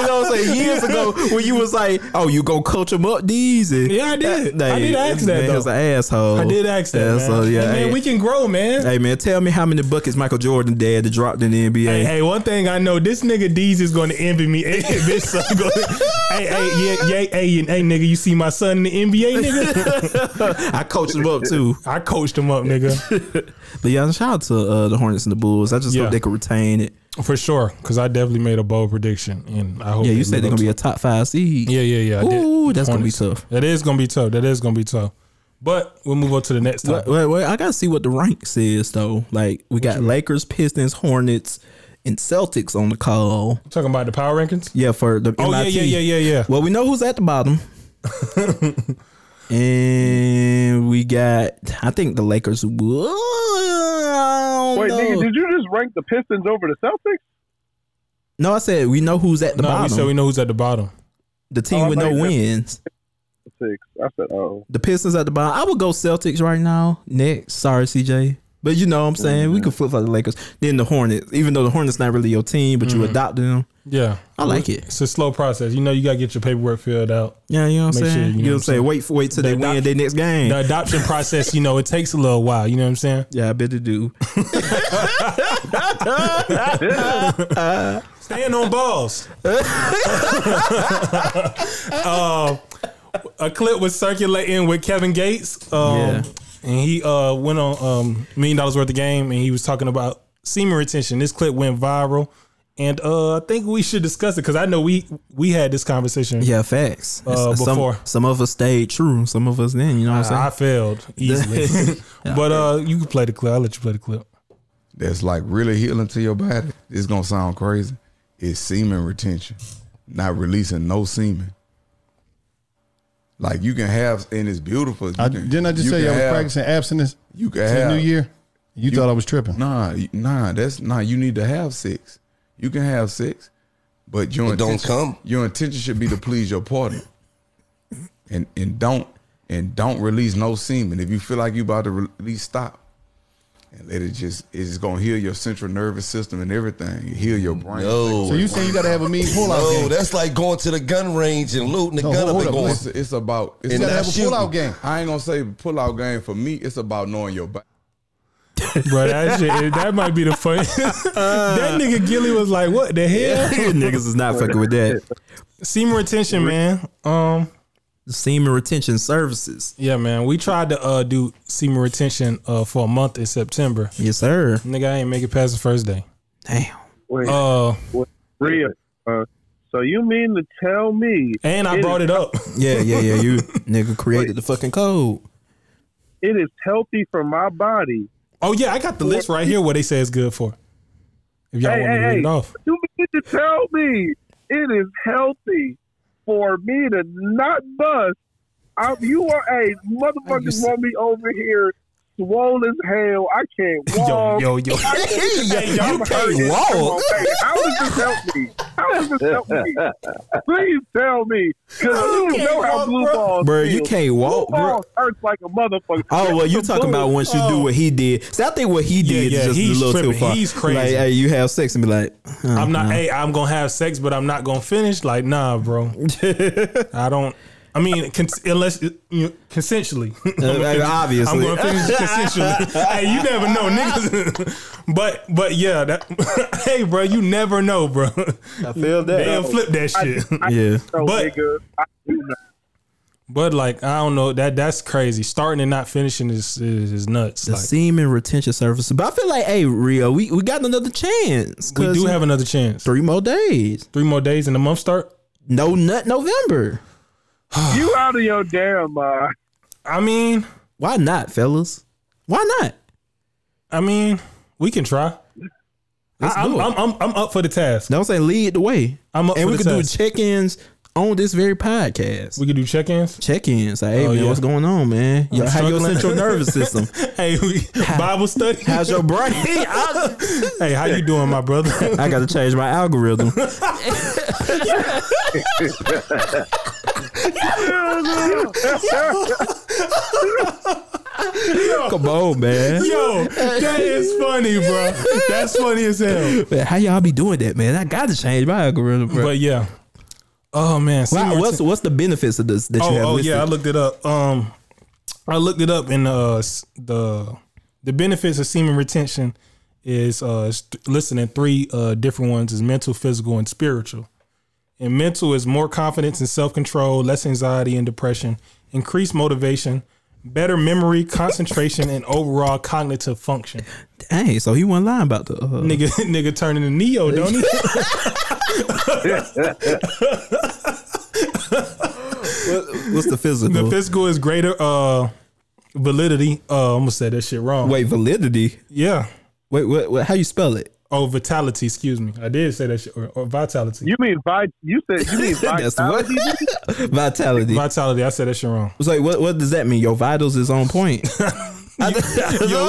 S1: know what I'm saying, years ago when you was like, "Oh, you gonna coach him up these?" and-
S2: Yeah, I did.
S1: Nah,
S2: I did ask that,
S1: Man,
S2: though.
S1: was an asshole.
S2: I did ask that. Man.
S1: Asshole, yeah.
S2: Hey, man,
S1: hey,
S2: we can grow, man. Hey.
S1: hey, man, tell me how many buckets Michael Jordan dad that dropped in the NBA.
S2: Hey, one thing I know, this nigga D's is going to envy me. Hey, bitch, son, gonna- hey, hey, yeah, yeah, hey, and hey, nigga, you see my son in the NBA, nigga?
S1: I coached him up too.
S2: I coached him up, nigga,
S1: But yeah, shout out to uh, the Hornets and the Bulls. I just
S2: Yeah.
S1: hope they could retain it.
S2: for sure. Because I definitely made a bold prediction, and I hope.
S1: Yeah, you
S2: they
S1: said
S2: live
S1: they're
S2: up
S1: gonna
S2: to
S1: be a top five seed.
S2: Yeah, yeah, yeah. I did.
S1: Ooh, that's gonna be
S2: Hornets.
S1: tough.
S2: That is gonna be tough. That is gonna be tough. But we'll move on to the next
S1: Wait,
S2: topic.
S1: wait, wait. I gotta see what the rank says though. Like we got Lakers, Pistons, Hornets, and Celtics on the call.
S2: Talking about the power rankings.
S1: Yeah, for the
S2: Oh yeah,
S1: MIT.
S2: yeah, yeah, yeah, yeah.
S1: Well, we know who's at the bottom. and we got I think the Lakers Whoa, I don't
S3: Wait, nigga,
S1: know.
S3: did you just rank the Pistons over the Celtics?
S1: No, I said we know who's at the
S2: no, we
S1: bottom.
S2: said we know who's at the bottom.
S1: the team
S3: Oh, I
S1: with
S3: thought
S1: no
S3: you said-
S1: wins.
S3: Six. I said, oh.
S1: The Pistons at the bottom. I would go Celtics right now. Next. Sorry, CJ. But you know what I'm saying?
S2: Mm-hmm.
S1: We could flip for the Lakers. Then the Hornets. Even though the Hornets not really your team, but you
S2: Mm-hmm.
S1: adopted them.
S2: Yeah,
S1: I like it.
S2: It's a slow process. You know, you gotta get your paperwork filled out.
S1: Yeah, you know what I'm
S2: Make sure
S1: saying.
S2: you know
S1: you
S2: what
S1: know
S2: I'm
S1: what I'm saying. Wait for wait till they
S2: The
S1: win
S2: adoption-
S1: their next game.
S2: The adoption process, you know, it takes a little while. You know what I'm saying?
S1: yeah, I bet they do.
S2: Staying on balls. Uh, a clip was circulating with Kevin Gates, um,
S1: Yeah.
S2: and he uh, went on um, million dollars worth of game, and he was talking about semen retention. This clip went viral, and uh, I think we should discuss it because I know we we had this conversation.
S1: Yeah, facts.
S2: Uh,
S1: some,
S2: before. Ah.
S1: some of us stayed true, some of us didn't. You know what I'm saying?
S2: I failed easily, but uh, you can play the clip. I'll let you play the clip.
S5: that's like really healing to your body, it's gonna sound crazy. It's semen retention, not releasing no semen. Like you can have, and it's beautiful. You
S6: I,
S5: can-
S6: didn't I just
S5: you
S6: tell you
S5: can
S6: I was
S5: have-
S6: practicing abstinence
S5: You can
S6: to
S5: have
S6: the new year? You, thought I was tripping.
S5: Nah, you- nah, that's nah. You need to have sex. You can have sex, but your
S7: It don't
S5: intention-
S7: come.
S5: Your intention should be to please your partner, and and don't and don't release no semen. If you feel like you about to release, stop, and let it just. It's gonna heal your central nervous system and everything. Heal your brain.
S7: No.
S6: So you saying you got to have a mean pull-out
S7: Oh, no,
S6: game?
S7: that's like going to the gun range and looting the
S6: No,
S7: gun
S6: hold
S7: up and
S6: up,
S7: going.
S5: It's, it's about. It's
S6: You
S7: And
S6: got to
S7: not
S6: have a
S7: shooting.
S6: pull-out game.
S5: I ain't gonna say pull out game for me. It's about knowing your body.
S2: Bro, that shit, that might be the fun. that nigga Gilly was like, "What the hell?"
S1: Niggas is not fucking with that.
S2: Semen retention, man. Um,
S1: Semen retention services.
S2: Yeah, man. We tried to uh, do semen retention uh, for a month in September.
S1: Yes, sir.
S2: Nigga, I ain't make it past the first day.
S1: Damn.
S3: Wait,
S2: Uh,
S3: Rhea. Uh, so you mean to tell me
S2: and I
S3: It
S2: brought it up.
S1: Yeah, yeah, yeah. You nigga created the fucking code.
S3: it is healthy for my body?
S2: Oh yeah, I got the list right here. What they say it's good for. If y'all
S3: Hey,
S2: want me to
S3: hey,
S2: read
S3: hey.
S2: it off,
S3: You mean to tell me it is healthy for me to not bust? I, you are a motherfuckers want me over here swollen as hell. I can't
S2: yo,
S3: walk.
S2: yo, yo.
S3: Hey,
S2: yo,
S3: I'm
S2: you
S3: hurting.
S2: can't
S3: Come on,
S2: walk.
S3: hey, How does this help me? How does this help me? Please tell me, because you
S2: Oh, can't
S3: know how
S2: walk,
S3: blue
S2: bro.
S3: balls.
S1: Bro, you
S3: feel.
S1: can't
S3: Blue
S1: walk, bro.
S3: balls hurts like a motherfucker.
S1: Oh well, you
S3: It's a
S1: talking about
S3: bullet.
S1: once you do what he did. See, I think what he did
S2: yeah,
S1: is just
S2: he's
S1: a little too
S2: tripping.
S1: far.
S2: He's crazy.
S1: Like, hey, you have sex and be like, huh,
S2: I'm not.
S1: huh.
S2: Hey, I'm gonna have sex, but I'm not gonna finish. Like, nah, bro. I don't. I I mean, cons- unless you know, consensually.
S1: Uh, obviously.
S2: I'm going to finish consensually. hey, you never know, niggas. but but yeah, that, hey, bro, you never know, bro.
S8: I feel that.
S2: They'll flip that shit.
S1: Yeah.
S3: So,
S2: But-
S3: nigga, I do know.
S2: but like, I don't know. That that's crazy. Starting and not finishing is is, is nuts.
S1: The
S2: Like,
S1: semen retention services. But I feel like, hey, Rio, we, we got another chance.
S2: we
S1: 'cause
S2: do have another chance.
S1: three more days.
S2: Three more days and the month start.
S1: No nut November.
S3: You out of your damn mind.
S2: I mean,
S1: Why not, fellas? Why not?
S2: I mean, we can try.
S1: Let's
S2: I, am
S1: do it.
S2: I'm, I'm I'm up for the task.
S1: That was saying lead the way.
S2: I'm up
S1: and
S2: for
S1: we
S2: the
S1: could do
S2: test.
S1: check-ins on this very podcast.
S2: We can do check-ins.
S1: check-ins. Like, hey
S2: Oh,
S1: man,
S2: yeah.
S1: what's going on, man? Yo, how your
S2: struggling.
S1: central nervous system?
S2: Hey, we, Bible study.
S1: How's your brain? I,
S2: hey, how you doing, my brother?
S1: I got to change my algorithm. Come on, man.
S2: Yo, that is funny, bro. That's funny as hell.
S1: Man, How y'all be doing that, man? I got to change my algorithm, bro.
S2: But yeah. Oh man.
S1: Why-
S2: Seymour
S1: what's
S2: Tim-
S1: what's the benefits of this that you have
S2: oh, oh
S1: listed?
S2: yeah, I looked it up. Um, I looked it up, and uh, s- the the benefits of semen retention is uh it's th- listed in three uh different ones: is mental, physical, and spiritual. And mental is more confidence and self control, less anxiety and depression, increased motivation, better memory, concentration, and overall cognitive function.
S1: Dang, so he wasn't lying about the. Uh,
S2: Nigga, nigga turning to Neo, don't he?
S1: what's the physical?
S2: The physical is greater uh validity. Uh, I'm gonna say that shit wrong.
S1: Wait, validity.
S2: yeah.
S1: Wait, what, what? How you spell it?
S2: Oh, vitality. Excuse me. I did say that shit. Or, or vitality.
S3: You mean vi- You said you mean
S1: That's what
S3: vitality?
S1: vitality.
S2: Vitality. I said that shit wrong.
S1: It's like, what? What does that mean? Your vitals is on point.
S2: Yo,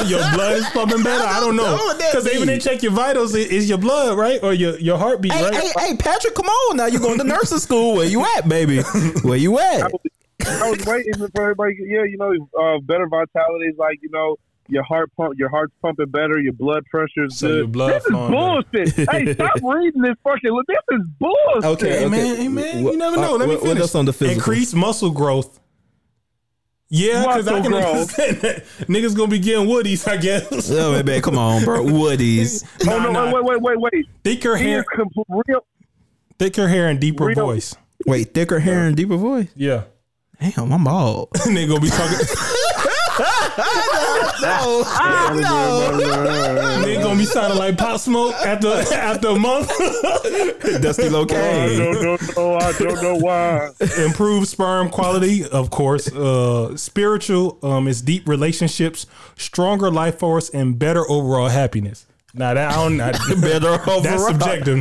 S2: your blood is pumping better. I don't
S1: know
S2: know.
S1: what that
S2: Because even they
S1: means.
S2: check your vitals, it- it's your blood, right? Or your, your heartbeat,
S1: hey,
S2: right?
S1: hey, hey, Patrick, come on now. You going to nursing school? Where you at, baby? Where you at?
S3: I was waiting for everybody. Yeah, you know, uh, better vitality is like you know your heart pump, your heart's pumping better, your blood pressure is
S2: So
S3: good.
S2: your blood
S3: this is
S2: flowing
S3: bullshit. hey, stop reading this fucking. This is bullshit.
S1: Okay,
S2: Hey,
S1: okay.
S2: man, hey, man, you never know.
S1: uh,
S2: Let me
S1: what,
S2: finish.
S1: what else on the physical?
S2: Increase muscle growth. Yeah, because I
S3: Muscle
S2: can
S3: growth.
S2: understand that. Niggas gonna be getting woodies, I guess.
S1: Oh, man, man, come on, bro. Woodies.
S2: nah,
S3: Oh no!
S2: nah.
S3: Wait, wait, wait, wait, wait.
S2: Thicker
S3: Here,
S2: hair,
S3: compl- real.
S2: thicker hair, and deeper
S3: Real-
S2: voice.
S1: Wait, thicker hair and deeper voice.
S2: Yeah.
S1: Damn, I'm bald.
S2: Nigga gonna be talking. They gonna be sounding like pop smoke after after a month.
S1: Dusty Locaine.
S3: No, no, no. I don't know why.
S2: Improved sperm quality, of course. Uh, spiritual um, is deep relationships, stronger life force, and better overall happiness. Now that I don't, I,
S1: Better
S2: that's subjective,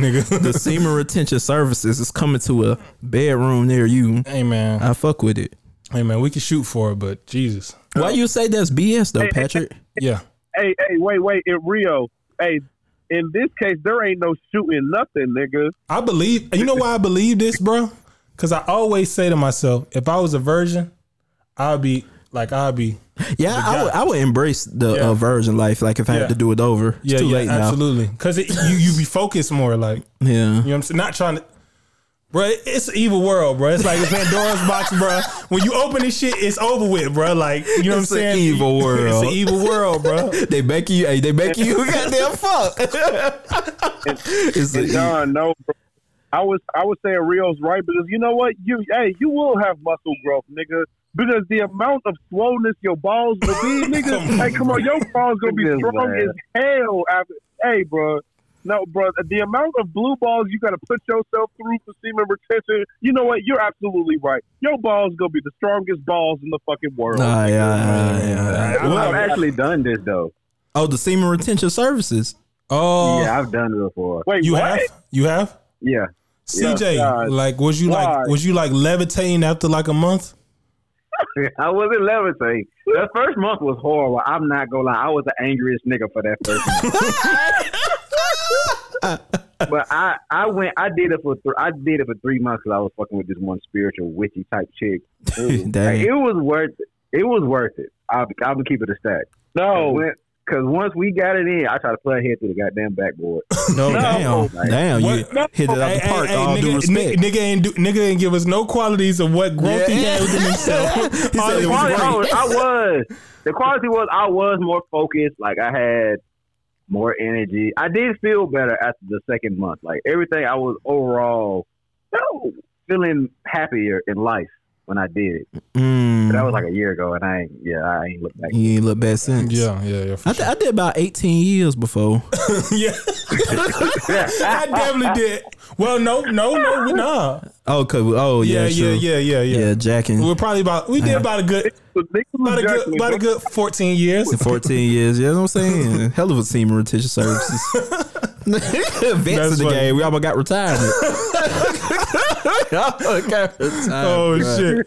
S1: The
S2: nigga.
S1: semen retention services is coming to a bedroom near you.
S2: hey man,
S1: I fuck with it.
S2: hey man, we can shoot for it, but Jesus,
S1: Why you say that's BS though, Patrick?
S2: yeah,
S3: Hey, hey, wait, wait. In Rio, hey, in this case, there ain't no shooting nothing, nigga.
S2: I believe. You know why I believe this, bro? Because I always say to myself, if I was a virgin, I'd be like, I'd be
S1: Yeah, I would, I would embrace the
S2: Yeah.
S1: uh, virgin life. Like if I
S2: Yeah.
S1: had to do it over, it's
S2: yeah,
S1: too
S2: yeah,
S1: late
S2: absolutely. Because you you be focused more, like.
S1: now. Yeah,
S2: You know what I'm saying? Not trying to. Bro, it's an evil world, bro. It's like a Pandora's box, bro. When you open this shit, it's over with, bro. Like, you know
S1: It's
S2: what
S1: an
S2: I'm saying?
S1: evil world.
S2: It's an evil world, bro.
S1: they make you. Hey, they make you. Goddamn fuck. it's
S3: And
S1: a,
S3: John, no, bro. I was I was saying Rio's right because you know what you hey you will have muscle growth, nigga. Because the amount of swollenness your balls will be, nigga. hey, come on, your balls gonna be
S4: This
S3: strong
S4: man.
S3: as hell. After, hey, bro. No, bro. The amount of blue balls you gotta put yourself through for semen retention. You know what? You're absolutely right. Your balls gonna be the strongest balls in the fucking world.
S1: Nah, yeah, yeah, yeah, yeah.
S4: I've actually done this though.
S1: Oh, the semen retention services.
S2: Oh,
S4: yeah, I've done it before.
S3: Wait,
S2: you
S3: what?
S2: have? You have?
S4: Yeah,
S2: CJ,
S3: God.
S2: like, was you
S3: Why?
S2: like, was you like levitating after like a month?
S4: I was in levitating. That first month was horrible. I'm not gonna lie. I was the angriest nigga for that first month. but I, I went. I did it for. Th- I did it for three months. Cause I was fucking with this one spiritual witchy type chick. It was,
S1: Dang.
S4: like, it was worth. It. it was worth it. I, I'm gonna keep it a stack.
S3: No,
S4: Went- because once we got it in, I tried to play ahead through the goddamn backboard.
S1: No, damn, damn, you
S2: What? No.
S1: hit it out the
S2: Hey,
S1: park.
S2: hey,
S1: all
S2: hey,
S1: due
S2: nigga,
S1: respect.
S2: nigga, nigga ain't do, nigga ain't give us no qualities of what growth he
S1: Yeah.
S2: had within himself.
S1: He
S2: All
S1: said
S2: the
S1: it was
S2: quali-
S4: Quality, oh, I was. The quality was I was more focused. Like I had more energy. I did feel better after the second month. Like everything, I was overall oh, feeling happier in life when I did it. But that
S1: Mm,
S4: was like a year ago, and I ain't. Yeah, I ain't looked back.
S1: you ain't look bad since.
S2: Yeah, yeah, yeah.
S1: I,
S2: for
S1: th- I did about 18 years before.
S2: sure. yeah. I definitely did. Well, no, no, no, we nah.
S1: Oh, cause, oh yeah,
S2: Yeah, yeah,
S1: sure.
S2: yeah, yeah, yeah.
S1: Yeah, jacking.
S2: We're probably about we did about a good about a good about a good fourteen years.
S1: in 14 years. You know what I'm saying? Hell of a team of retention services. Vets
S2: That's
S1: of the
S2: funny.
S1: game. We almost got retired. Y'all got retired.
S2: Oh
S1: bruh.
S2: shit!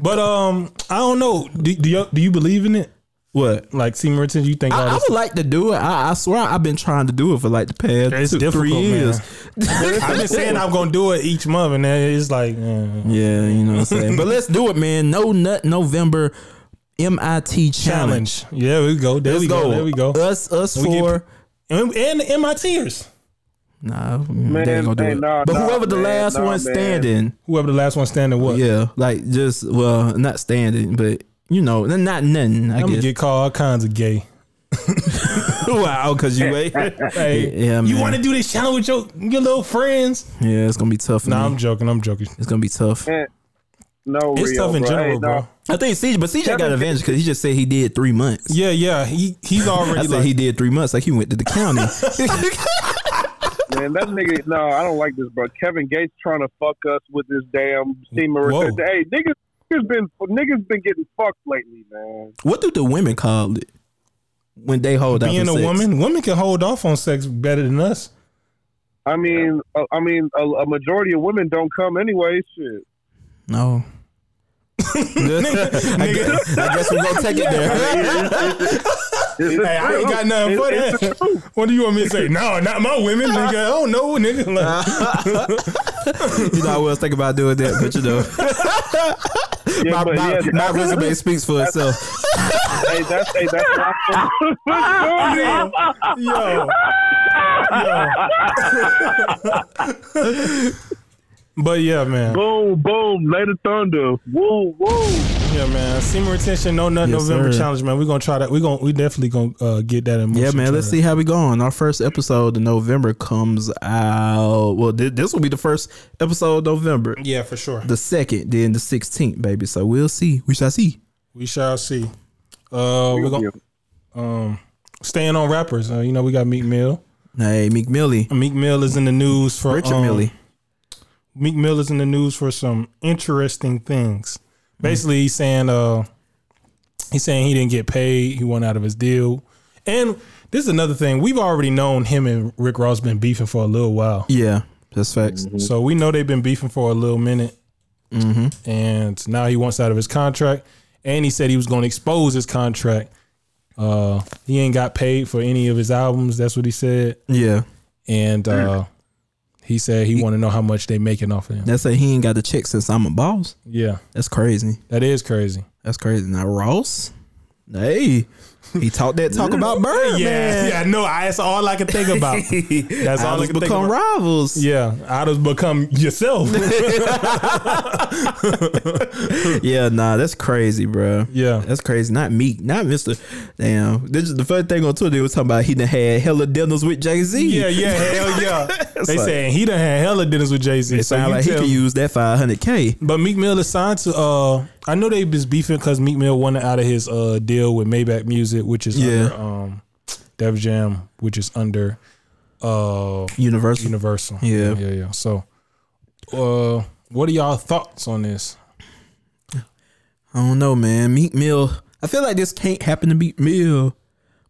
S2: But um, I don't know. Do do you, do you believe in it?
S1: What?
S2: Like Team Retention, you think all
S1: I, I
S2: this?
S1: would like to do it. I, I swear I've been trying to do it for like the past
S2: It's
S1: two, three
S2: difficult, man.
S1: years.
S2: I've been saying I'm gonna do it each month, and then it's like, eh.
S1: Yeah, you know what I'm saying. but let's do it, man. No nut November MIT challenge.
S2: challenge. Yeah, we go. There
S1: Let's
S2: we go. There we go.
S1: Us, us
S2: We get-
S1: four.
S2: And, and and my tears.
S1: nah, they ain't gonna do
S3: hey,
S1: it.
S3: nah,
S1: but
S3: nah,
S1: whoever the
S3: man,
S1: last
S3: nah,
S1: one
S3: man.
S1: standing,
S2: Whoever the last one standing was.
S1: yeah, like just well, not standing, but you know, n- not nothing. I
S2: I'm gonna
S1: guess.
S2: get called all kinds of gay.
S1: wow, because you ain't.
S2: Hey,
S1: Yeah,
S2: you
S1: man.
S2: want to do this challenge with your your little friends?
S1: yeah, it's gonna be tough.
S2: Nah,
S1: man.
S2: I'm joking. I'm joking.
S1: it's gonna be tough.
S3: No,
S2: It's
S3: Rio,
S2: tough in
S3: bro.
S2: general,
S3: Hey,
S2: bro.
S3: nah,
S1: I think CJ, but CJ got
S3: Kevin-
S1: advantage because he just said he did three months.
S2: Yeah, yeah. He he's
S1: I
S2: already
S1: said
S2: like
S1: he did three months. Like he went to the county.
S3: Man, that nigga, no, I don't like this, bro. Kevin Gates trying to fuck us with this damn team of
S2: Whoa.
S3: retention. Hey, niggas, niggas been niggas been getting fucked lately, man.
S1: what do the women call it when they hold out?
S2: being
S1: for
S2: a
S1: sex?
S2: woman. Women can hold off on sex better than us.
S3: I mean, uh, I mean, a, a majority of women don't come anyway. Shit.
S1: No. I, guess, I guess we're gonna take it there.
S3: It's the
S2: Hey, I ain't
S3: truth.
S2: got nothing for
S3: It's-
S2: that. What do you want me to say? No, not my women, nigga. I don't know, nigga. Like,
S1: you know, I was thinking about doing that, but you know,
S3: Yeah,
S1: my,
S3: but
S1: my,
S3: yeah,
S1: my resume speaks for itself.
S3: hey, that's hey, that's not the-
S2: yo, yo. but yeah, man.
S3: Boom, boom, lay the thunder. Woo, woo.
S2: Yeah, man. Semen retention, no nut
S1: Yes,
S2: November
S1: sir.
S2: challenge, man. We're gonna try that. We gonna we definitely gonna uh, get that in.
S1: Yeah,
S2: motion,
S1: man.
S2: try
S1: Let's
S2: that.
S1: see how we going. Our first episode in November comes out. Well, thi- this will be the first episode of November.
S2: Yeah, for sure.
S1: The second, then the sixteenth, baby. So we'll see. We shall see.
S2: We shall see. Uh, we're gonna um staying on rappers. Uh, you know, we got Meek Mill.
S1: Hey, Meek Millie,
S2: Meek Mill is in the news for
S1: Richard
S2: um,
S1: Millie.
S2: Meek Mill is in the news for some interesting things. Basically, he's saying uh, he's saying he didn't get paid. He went out of his deal, and this is another thing. We've already known him and Rick Ross been beefing for a little while,
S1: Yeah, that's facts.
S2: so we know they've been beefing for a little minute. And now he wants out of his contract, and he said he was going to expose his contract. Uh, he ain't got paid for any of his albums. That's what he said,
S1: Yeah,
S2: and uh, he said he want to know how much they making off of him.
S1: that's a he ain't got the check since I'm a boss.
S2: Yeah,
S1: That's crazy.
S2: that is crazy.
S1: That's crazy. Now Ross, hey, he talked that talk about Bird.
S2: Yeah,
S1: man.
S2: yeah, no, I, that's all I can think about. That's all I
S1: Idols
S2: can think
S1: become
S2: about.
S1: rivals.
S2: Yeah, I just become yourself.
S1: Yeah, nah, that's crazy, bro.
S2: Yeah.
S1: that's crazy. Not Meek, not Mister. Damn, this is the first thing on Twitter. They was talking about he done had hella dinners with Jay Z.
S2: yeah, yeah, hell yeah. They
S1: like-
S2: saying he done had hella dinners with Jay Z.
S1: it sounds like he could use that five hundred k.
S2: But Meek Mill is signed to. uh I know they was beefing because Meek Mill wanted out of his uh deal with Maybach Music, which is
S1: Yeah.
S2: under um Dev Jam, which is under uh
S1: Universal.
S2: Universal.
S1: Yeah.
S2: yeah, yeah. So, uh, what are y'all thoughts on this?
S1: I don't know, man. Meek Mill. I feel like this can't happen to Meek Mill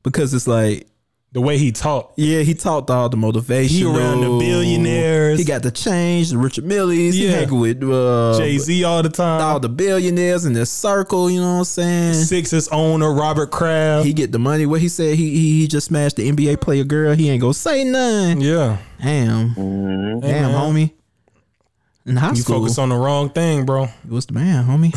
S1: because it's like,
S2: The way he talked.
S1: yeah, he talked all the motivation.
S2: He around the billionaires.
S1: He got the change, the Richard Millies. He
S2: Yeah.
S1: hanging with uh,
S2: Jay Z all the time.
S1: all the billionaires in the circle. You know what I'm saying?
S2: Sixers owner Robert Kraft.
S1: He get the money. What he said, he he, he just smashed the NBA player girl. He ain't gonna say nothing.
S2: yeah,
S1: Damn, damn, homie. In high
S2: you
S1: school,
S2: focus on the wrong thing, bro.
S1: what's the man, homie?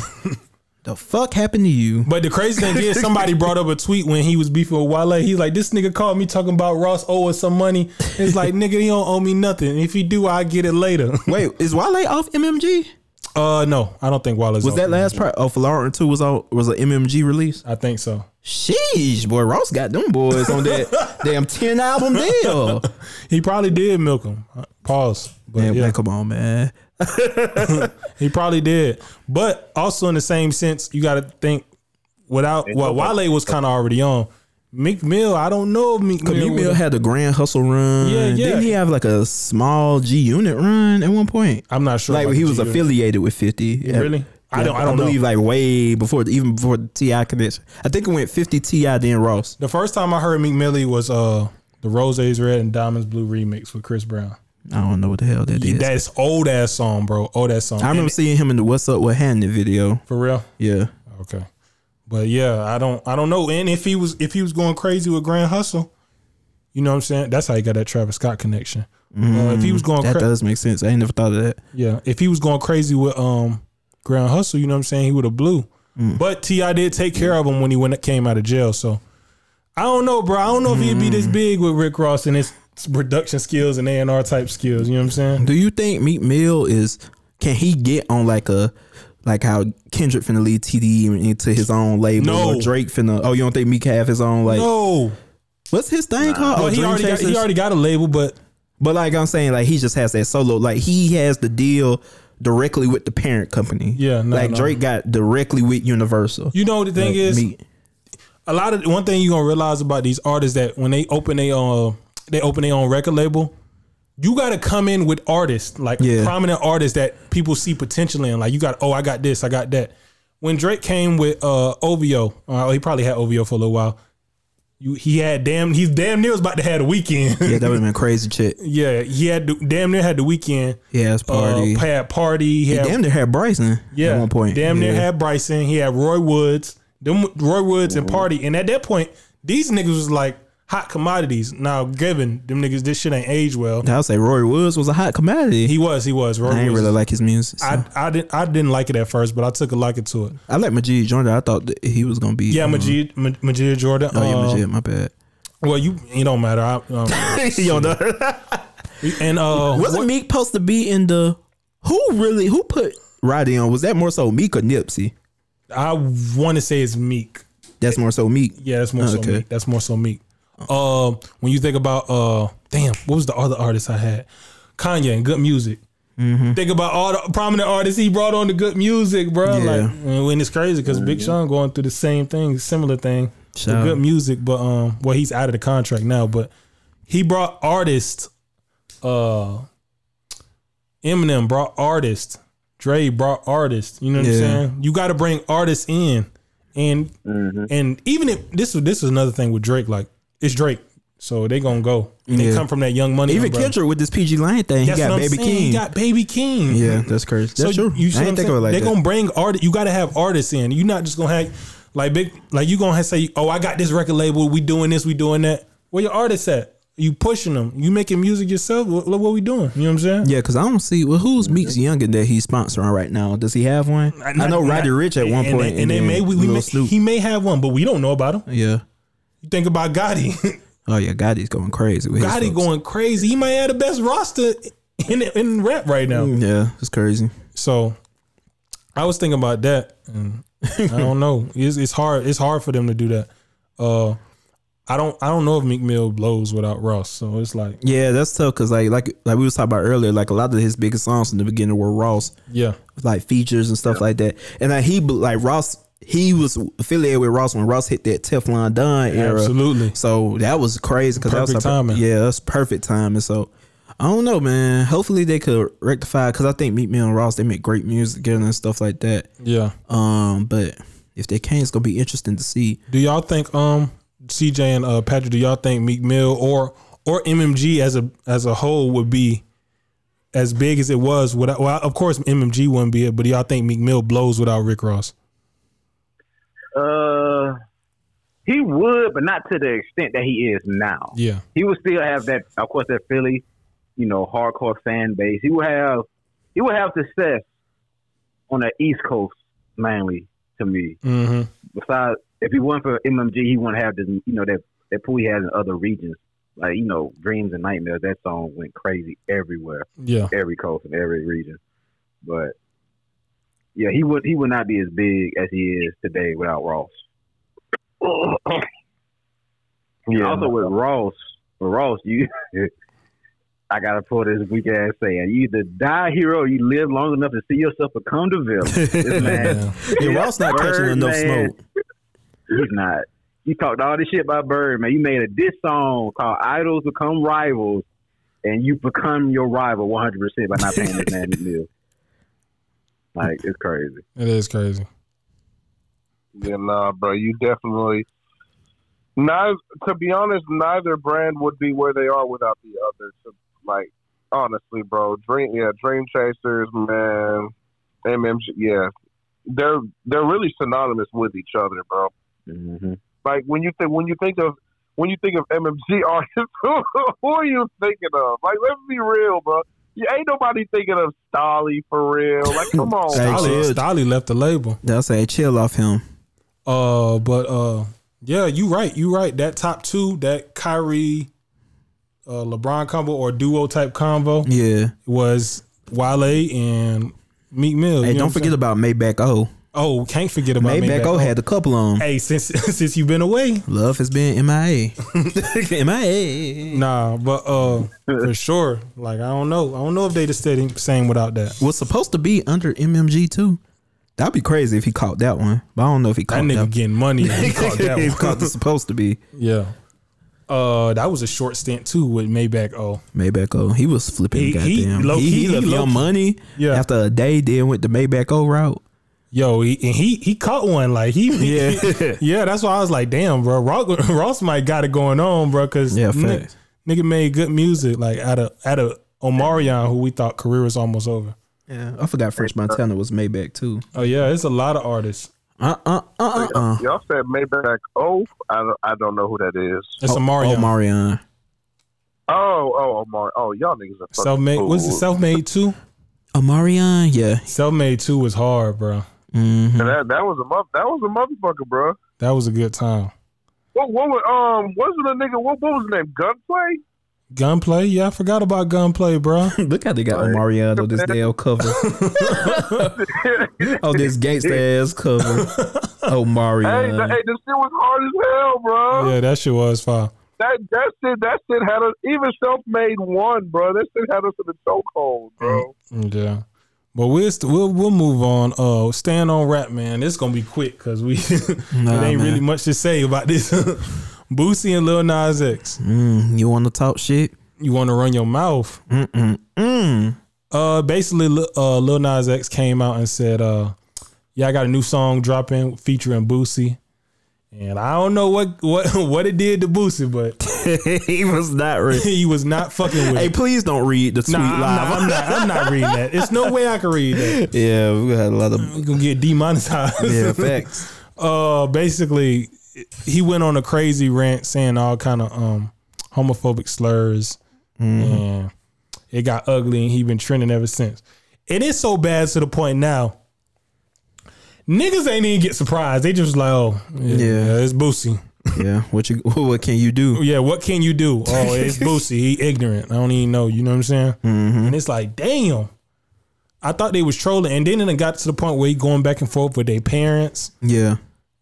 S1: the fuck happened to you?
S2: But the crazy thing is, somebody brought up a tweet when he was beefing with Wale. He's like, "This nigga called me talking about Ross owe us some money." It's like, "Nigga, he don't owe me nothing. If he do, I get it later."
S1: Wait, is Wale off MMG?
S2: Uh, no, I don't think Wale's.
S1: Was
S2: open.
S1: that last part? Oh, Florida Two was all was an MMG release.
S2: I think so.
S1: Sheesh, boy, Ross got them boys on that damn ten album deal.
S2: He probably did milk him. Uh, Pause. But
S1: Man,
S2: yeah.
S1: man, come on, man.
S2: He probably did. But also in the same sense, you got to think without well, Wale was kind of already on. Meek Mill, I don't know if Meek Mill.
S1: Meek Mill
S2: would've-
S1: had the Grand Hustle run.
S2: Yeah, yeah.
S1: Didn't he have like a small G Unit run at one point?
S2: I'm not sure.
S1: like
S2: about
S1: he
S2: the
S1: was
S2: G-Unit.
S1: affiliated with Fifty. Yeah.
S2: Really? I
S1: Yeah,
S2: don't. I don't know.
S1: believe like way before even before the Ti connection. I think it went Fifty Ti then Ross.
S2: The first time I heard Meek Millie was uh the Roses Red and Diamonds Blue remix with Chris Brown.
S1: I don't know what the hell that is.
S2: That's old ass song, bro. Old ass song.
S1: I remember seeing him in the What's Up with Handy video.
S2: for real.
S1: Yeah.
S2: Okay. But yeah, I don't I don't know. And if he was if he was going crazy with Grand Hustle, you know what I'm saying? That's how he got that Travis Scott connection. Uh, if he was going
S1: That
S2: crazy,
S1: does make sense. I ain't never thought of that.
S2: yeah, if he was going crazy with um Grand Hustle, you know what I'm saying? He would have blew.
S1: Mm.
S2: But T.I. did take care of him when he went came out of jail, so I don't know, bro. I don't know if he'd be this
S1: Mm.
S2: big with Rick Ross and his production skills and A&R type skills, you know what I'm saying?
S1: Do you think Meek Mill is can he get on like a like how Kendrick finna lead TDE into his own label
S2: No.
S1: or Drake finna? Oh, you don't think Meek have his own like
S2: No.
S1: what's his thing called?
S2: Well,
S1: oh,
S2: he
S1: Dream
S2: already got, he
S1: Chasers?
S2: already got a label, but
S1: But like I'm saying, like he just has that solo. Like he has the deal directly with the parent company.
S2: Yeah, no,
S1: like
S2: no.
S1: Drake got directly with Universal.
S2: you know the thing
S1: Like,
S2: is
S1: Meek.
S2: a lot of one thing you're gonna realize about these artists that when they open their uh they open their own record label you gotta come in with artists like
S1: Yeah.
S2: prominent artists that people see potential in like you got oh i got this i got that when drake came with uh ovo uh, he probably had ovo for a little while you, he had damn he's damn near was about to have the weekend
S1: yeah, that would have been crazy shit.
S2: yeah he had the, damn near had the weekend
S1: Yeah, it's party.
S2: uh, had party he had
S1: damn, near had Bryson.
S2: yeah.
S1: at one point.
S2: Damn near
S1: Yeah.
S2: had Bryson. He had Roy Woods. Them Roy Woods and Party. And at that point, these niggas was like hot commodities. Now, given them niggas, this shit ain't age well.
S1: I'll say Roy Woods was a hot commodity.
S2: He was, he was. Roy
S1: I ain't
S2: Woods.
S1: really like his music. so.
S2: I, I didn't I didn't like it at first, but I took a liking to it.
S1: I like Majid Jordan. I thought that he was gonna be
S2: Yeah,
S1: um,
S2: Majid, Ma- Majid Jordan.
S1: Oh yeah,
S2: uh,
S1: Majid. My bad.
S2: Well, you it don't matter. I, um,
S1: Yo, no.
S2: and uh,
S1: wasn't
S2: what-
S1: Meek supposed to be in the? Who really? Who put Roddy on? Was that more so Meek or Nipsey?
S2: I want to say it's Meek.
S1: That's more so Meek.
S2: Yeah, that's more so
S1: Oh, Okay.
S2: meek. That's more so meek. Um, when you think about uh, damn, what was the other artist I had? Kanye and Good Music.
S1: Mm-hmm.
S2: Think about all the prominent artists he brought on to Good Music, bro.
S1: Yeah.
S2: Like, and when it's crazy because Big Sean going through the same thing, similar thing. with
S1: Shout.
S2: Good Music, but um, well, he's out of the contract now, but he brought artists. Uh, Eminem brought artists. Dre brought artists. You know what
S1: Yeah.
S2: I'm saying? You got to bring artists in, and and even if this was this is another thing with Drake, like it's Drake, so they gonna go. And They
S1: Yeah.
S2: come from that young money.
S1: Even
S2: umbrella.
S1: Kendrick with this PG Lion thing,
S2: That's
S1: he got
S2: what I'm
S1: Baby
S2: saying.
S1: King.
S2: He got Baby King.
S1: yeah, that's crazy. That's
S2: so
S1: true.
S2: you see
S1: I
S2: what I'm
S1: ain't think of it
S2: saying?
S1: like
S2: they
S1: that.
S2: gonna bring art. You got to have artists in. You're not just gonna have like big like you gonna say, oh, I got this record label. We doing this. We doing that. Where your artists at? You pushing them? You making music yourself? What, what we doing? You know what I'm saying?
S1: yeah, because I don't see. Well, who's Meek's younger that he's sponsoring right now? Does he have one? I know Roddy Rich at one
S2: and,
S1: point,
S2: and, they
S1: then
S2: may we, we
S1: Lil
S2: may,
S1: Snoop.
S2: he may have one, but we don't know about him.
S1: yeah.
S2: You think about Gotti.
S1: Oh yeah, Gotti's going crazy. With his
S2: Gotti
S1: folks.
S2: going crazy. He might have the best roster in in rap right now.
S1: Yeah, it's crazy.
S2: So I was thinking about that, and I don't know. It's, it's hard. It's hard for them to do that. Uh, I don't. I don't know if Meek Mill blows without Ross. So it's like,
S1: Yeah, that's tough because like like like we was talking about earlier, like a lot of his biggest songs in the beginning were Ross,
S2: yeah,
S1: like features and stuff like that. And like he like Ross, he was affiliated with Ross when Ross hit that Teflon Don era.
S2: absolutely.
S1: So that was crazy because that was
S2: Perfect
S1: like-
S2: timing.
S1: Yeah, that's perfect timing. So I don't know, man. Hopefully they could rectify because I think Meek Mill and Ross they make great music together and stuff like that.
S2: Yeah.
S1: Um, but if they can't, it's gonna be interesting to see.
S2: Do y'all think um CJ and uh, Patrick? Do y'all think Meek Mill or or MMG as a as a whole would be as big as it was? Without, well, of course MMG wouldn't be it, but do y'all think Meek Mill blows without Rick Ross?
S4: Uh, he would, but not to the extent that he is now.
S2: Yeah,
S4: He would still have that, of course, that Philly, you know, hardcore fan base. He would have, he would have success on the East Coast mainly, to me.
S2: Mm-hmm.
S4: Besides, if he wasn't for MMG, he wouldn't have this. You know that that pool he had in other regions, like you know, dreams and nightmares. That song went crazy everywhere,
S2: Yeah.
S4: every coast and every region. But yeah, he would he would not be as big as he is today without Ross.
S3: Yeah.
S4: also with Ross, with Ross, you, I gotta pull this weak ass saying: you either die a hero, or you live long enough to see yourself become the villain. This man,
S2: Yeah.
S1: Yeah, Ross not catching enough
S4: Birdman.
S1: smoke.
S4: he's not. You talked all this shit about Birdman. You made a diss song called "Idols Become Rivals," and you become your rival one hundred percent by not paying this man his meal. Like it's crazy.
S2: It is crazy.
S3: Yeah, nah, bro. You definitely. Neither, to be honest, neither brand would be where they are without the other. To, like, honestly, bro. Dream, yeah, Dream Chasers, man. MMG, yeah. They're they're really synonymous with each other, bro.
S4: hmm
S3: Like when you think when you think of when you think of MMG artists, who, who are you thinking of? Like, let's be real, bro. You ain't nobody thinking of Stolly for real. Like, come on,
S1: Hey,
S2: Dolly,
S1: chill.
S2: Dolly left the label.
S1: That's a chill off him.
S2: Uh, but uh, yeah, you right, you right. That top two, that Kyrie, uh, LeBron combo or duo type combo
S1: Yeah.
S2: was Wale and Meek Mill.
S1: Hey, don't forget about Maybach O.
S2: Oh, can't forget about
S1: Maybach, O had a couple on. 'em.
S2: Hey, since since you've been away,
S1: Love has been MIA. MIA.
S2: nah. But uh, for sure, like I don't know, I don't know if they the steady same without that.
S1: Was supposed to be under MMG too. That'd be crazy if he caught that one. But I don't know if he
S2: That
S1: caught
S2: nigga
S1: that.
S2: getting money. and He caught that
S1: He
S2: one.
S1: caught the supposed to be
S2: Yeah. Uh, that was a short stint too with Maybach oh. O.
S1: Maybach O. He was flipping.
S2: He-
S1: goddamn.
S2: he
S1: He,
S2: low
S1: he,
S2: key, he
S1: left
S2: low
S1: Young
S2: key.
S1: Money.
S2: Yeah.
S1: After a day, then went the Maybach O route.
S2: Yo, he, and he he caught one like he
S1: Yeah.
S2: yeah. That's why I was like, damn, bro, Ross, Ross might got it going on, bro, because
S1: Yeah, facts.
S2: nigga made good music like out of out of Omarion, who we thought career was almost over.
S1: Yeah, I forgot French Montana was Maybach too.
S2: Oh yeah, it's a lot of artists.
S1: Uh uh uh uh. uh.
S3: y'all said Maybach. Oh, I don't, I don't know who that is.
S2: It's
S1: Oh,
S2: Omarion.
S1: Oh, Marion.
S3: Oh, oh, Omar. Oh, y'all niggas are fucking
S2: Self made. What's the
S3: fools.
S2: self made two?
S1: Oh, Marion. Yeah.
S2: Self made two was hard, bro.
S1: hmm
S3: And That, that was a mo- that was a motherfucker, bro.
S2: That was a good time.
S3: What what was, um wasn't a nigga what what was his name Gunplay?
S2: Gunplay, yeah, I forgot about gunplay, bro.
S1: Look how they got Omarion on this Dale cover. oh, this gangsta ass cover. Oh,
S3: Hey, th-
S1: Marion.
S3: hey, this shit was hard as hell, bro.
S2: yeah, that shit was fire.
S3: That that shit that shit had us even self made one, bro. That shit had us in the chokehold, bro.
S2: Yeah. But we'll, st- we'll we'll move on. Uh, stand on rap, man. It's gonna be quick because we
S1: Nah,
S2: it ain't really
S1: man.
S2: much to say about this. Boosie and Lil Nas X.
S1: Mm, you want to talk shit?
S2: You want to run your mouth?
S1: Mm.
S2: Uh, basically, Lil- uh, Lil Nas X came out and said, uh, "Yeah, I got a new song dropping featuring Boosie." And I don't know what what what it did to Boosie, but
S1: he was not ready.
S2: he was not fucking with.
S1: hey,
S2: it.
S1: please don't read the tweet
S2: Nah,
S1: live.
S2: I'm not, I'm not. I'm not reading that. It's no way I can read that.
S1: yeah, we had a lot of
S2: We gonna get demonetized.
S1: yeah facts.
S2: uh basically he went on a crazy rant saying all kind of um homophobic slurs and it got ugly and he been trending ever since it is so bad to the point now niggas ain't even get surprised they just like oh yeah,
S1: Yeah.
S2: yeah, it's Boosie
S1: Yeah, what you? What can you do?
S2: yeah what can you do oh it's Boosie he ignorant I don't even know you know what I'm saying and it's like damn I thought they was trolling and then it got to the point where he going back and forth with their parents
S1: Yeah,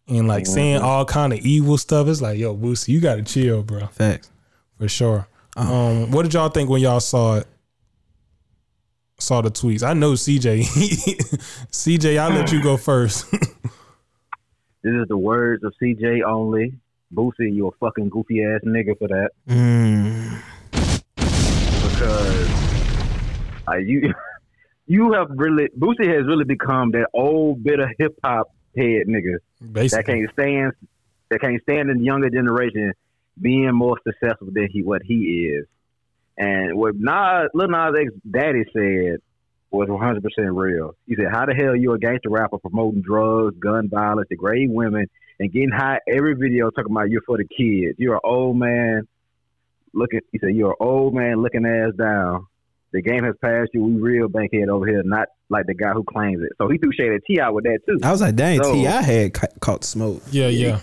S2: and like
S4: Mm-hmm.
S2: saying all kind of evil stuff. It's like, yo, Boosie, you gotta chill, bro,
S1: facts.
S2: for sure.
S4: Uh-huh.
S2: Um, what did y'all think when y'all saw it? Saw the tweets. I know CJ. CJ, I'll let you go first.
S4: This is the words of CJ only. Boosie, you a fucking goofy ass nigga for that.
S1: Mm.
S4: because uh, you you have really Boosie has really become that old bitter hip hop head nigga that
S2: Basically.
S4: can't stand that can't stand in the younger generation being more successful than he what he is. And what Nas Lil Nas X daddy said was 100% real. He said, "How the hell you a gangster rapper promoting drugs, gun violence, degrading women, and getting high every video talking about you're for the kids? You're an old man looking." He said, "You're an old man looking ass down." The game has passed you. We real bankhead over here, not like the guy who claims it. So he threw shade at T out with that too.
S1: I was like, dang,
S4: So-
S1: T, I had ca- caught smoke.
S2: Yeah, yeah.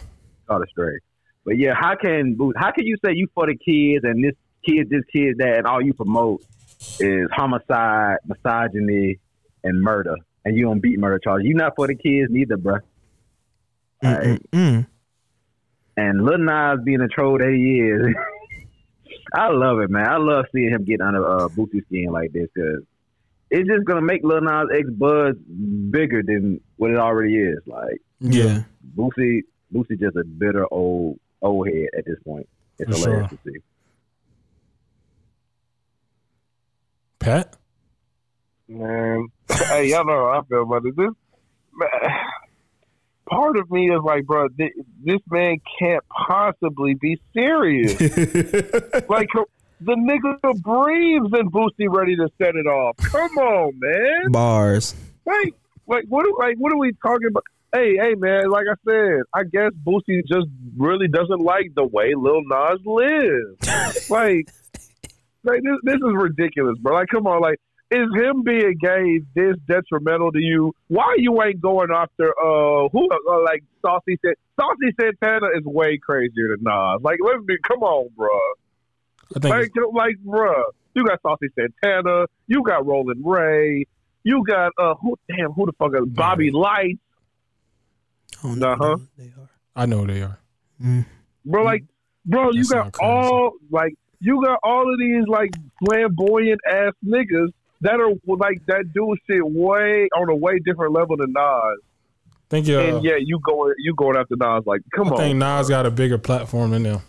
S4: caught it straight. But yeah, how can how can you say you for the kids and this kid, this kid, that, and all you promote is homicide, misogyny, and murder, and you don't beat murder charges. You not for the kids neither, bruh. Like,
S1: Mm.
S4: and Lil Nas being a troll that he is, I love it, man. I love seeing him get under uh, Boosie's skin like this because it's just gonna make Lil Nas X buzz bigger than what it already is. Like.
S1: Yeah.
S4: Boosie Boosie just a bitter old old head at this point. It's
S2: For
S4: hilarious to see.
S2: Pat?
S3: man. hey, y'all know how I feel about it. This man, part of me is like, bro, thi- this man can't possibly be serious. like the nigga breathes and Boosie ready to set it off. Come on, man.
S1: Bars.
S3: Like, like what? are- Like, what are we talking about? Hey, hey, man. Like I said, I guess Boosie just really doesn't like the way Lil Nas lives. like, like this, this is ridiculous, bro. Like, come on, like. Is him being gay this detrimental to you? Why you ain't going after uh who uh, like Saucy said? Saucy Santana is way crazier than Nas. Like, let's be come on, bro.
S2: I think
S3: Like, you know, like, bruh, you got Saucy Santana, you got Roland Ray, you got uh, who? Damn, who the fuck is Bobby Lights,
S1: I don't
S3: Uh-huh.
S1: who they are.
S2: I know they are.
S3: bro? Like, bro, you
S2: That's
S3: got
S2: not Mm. crazy.
S3: all like, you got all of these like flamboyant ass niggas that are like that do shit way on a way different level than Nas,
S2: Think uh,
S3: and yeah, you going you going after Nas? Like, come
S2: I think
S3: on,
S2: Nas got a bigger platform than them.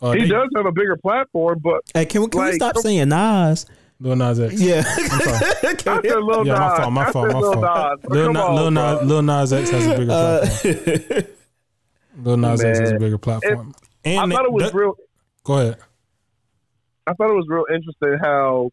S2: Uh,
S3: he
S2: they-
S3: does have a bigger platform, but
S1: Hey, can we, can we
S3: Like,
S1: stop
S3: come-
S1: saying Nas?
S2: Lil Nas X.
S1: Yeah.
S3: I said Lil
S2: Yeah,
S3: Nas,
S2: my fault, my
S3: I
S2: fault,
S3: said
S2: my
S3: Lil
S2: fault.
S3: Nas.
S2: Lil,
S3: Come
S2: Na-
S3: on,
S2: Lil,
S3: bro.
S2: Nas, Lil Nas X has a bigger
S1: Uh,
S2: platform. Lil Nas X has a
S3: Man.
S2: bigger platform.
S3: I
S2: And
S3: thought it was
S2: that-
S3: real.
S2: Go ahead.
S3: I thought it was real interesting how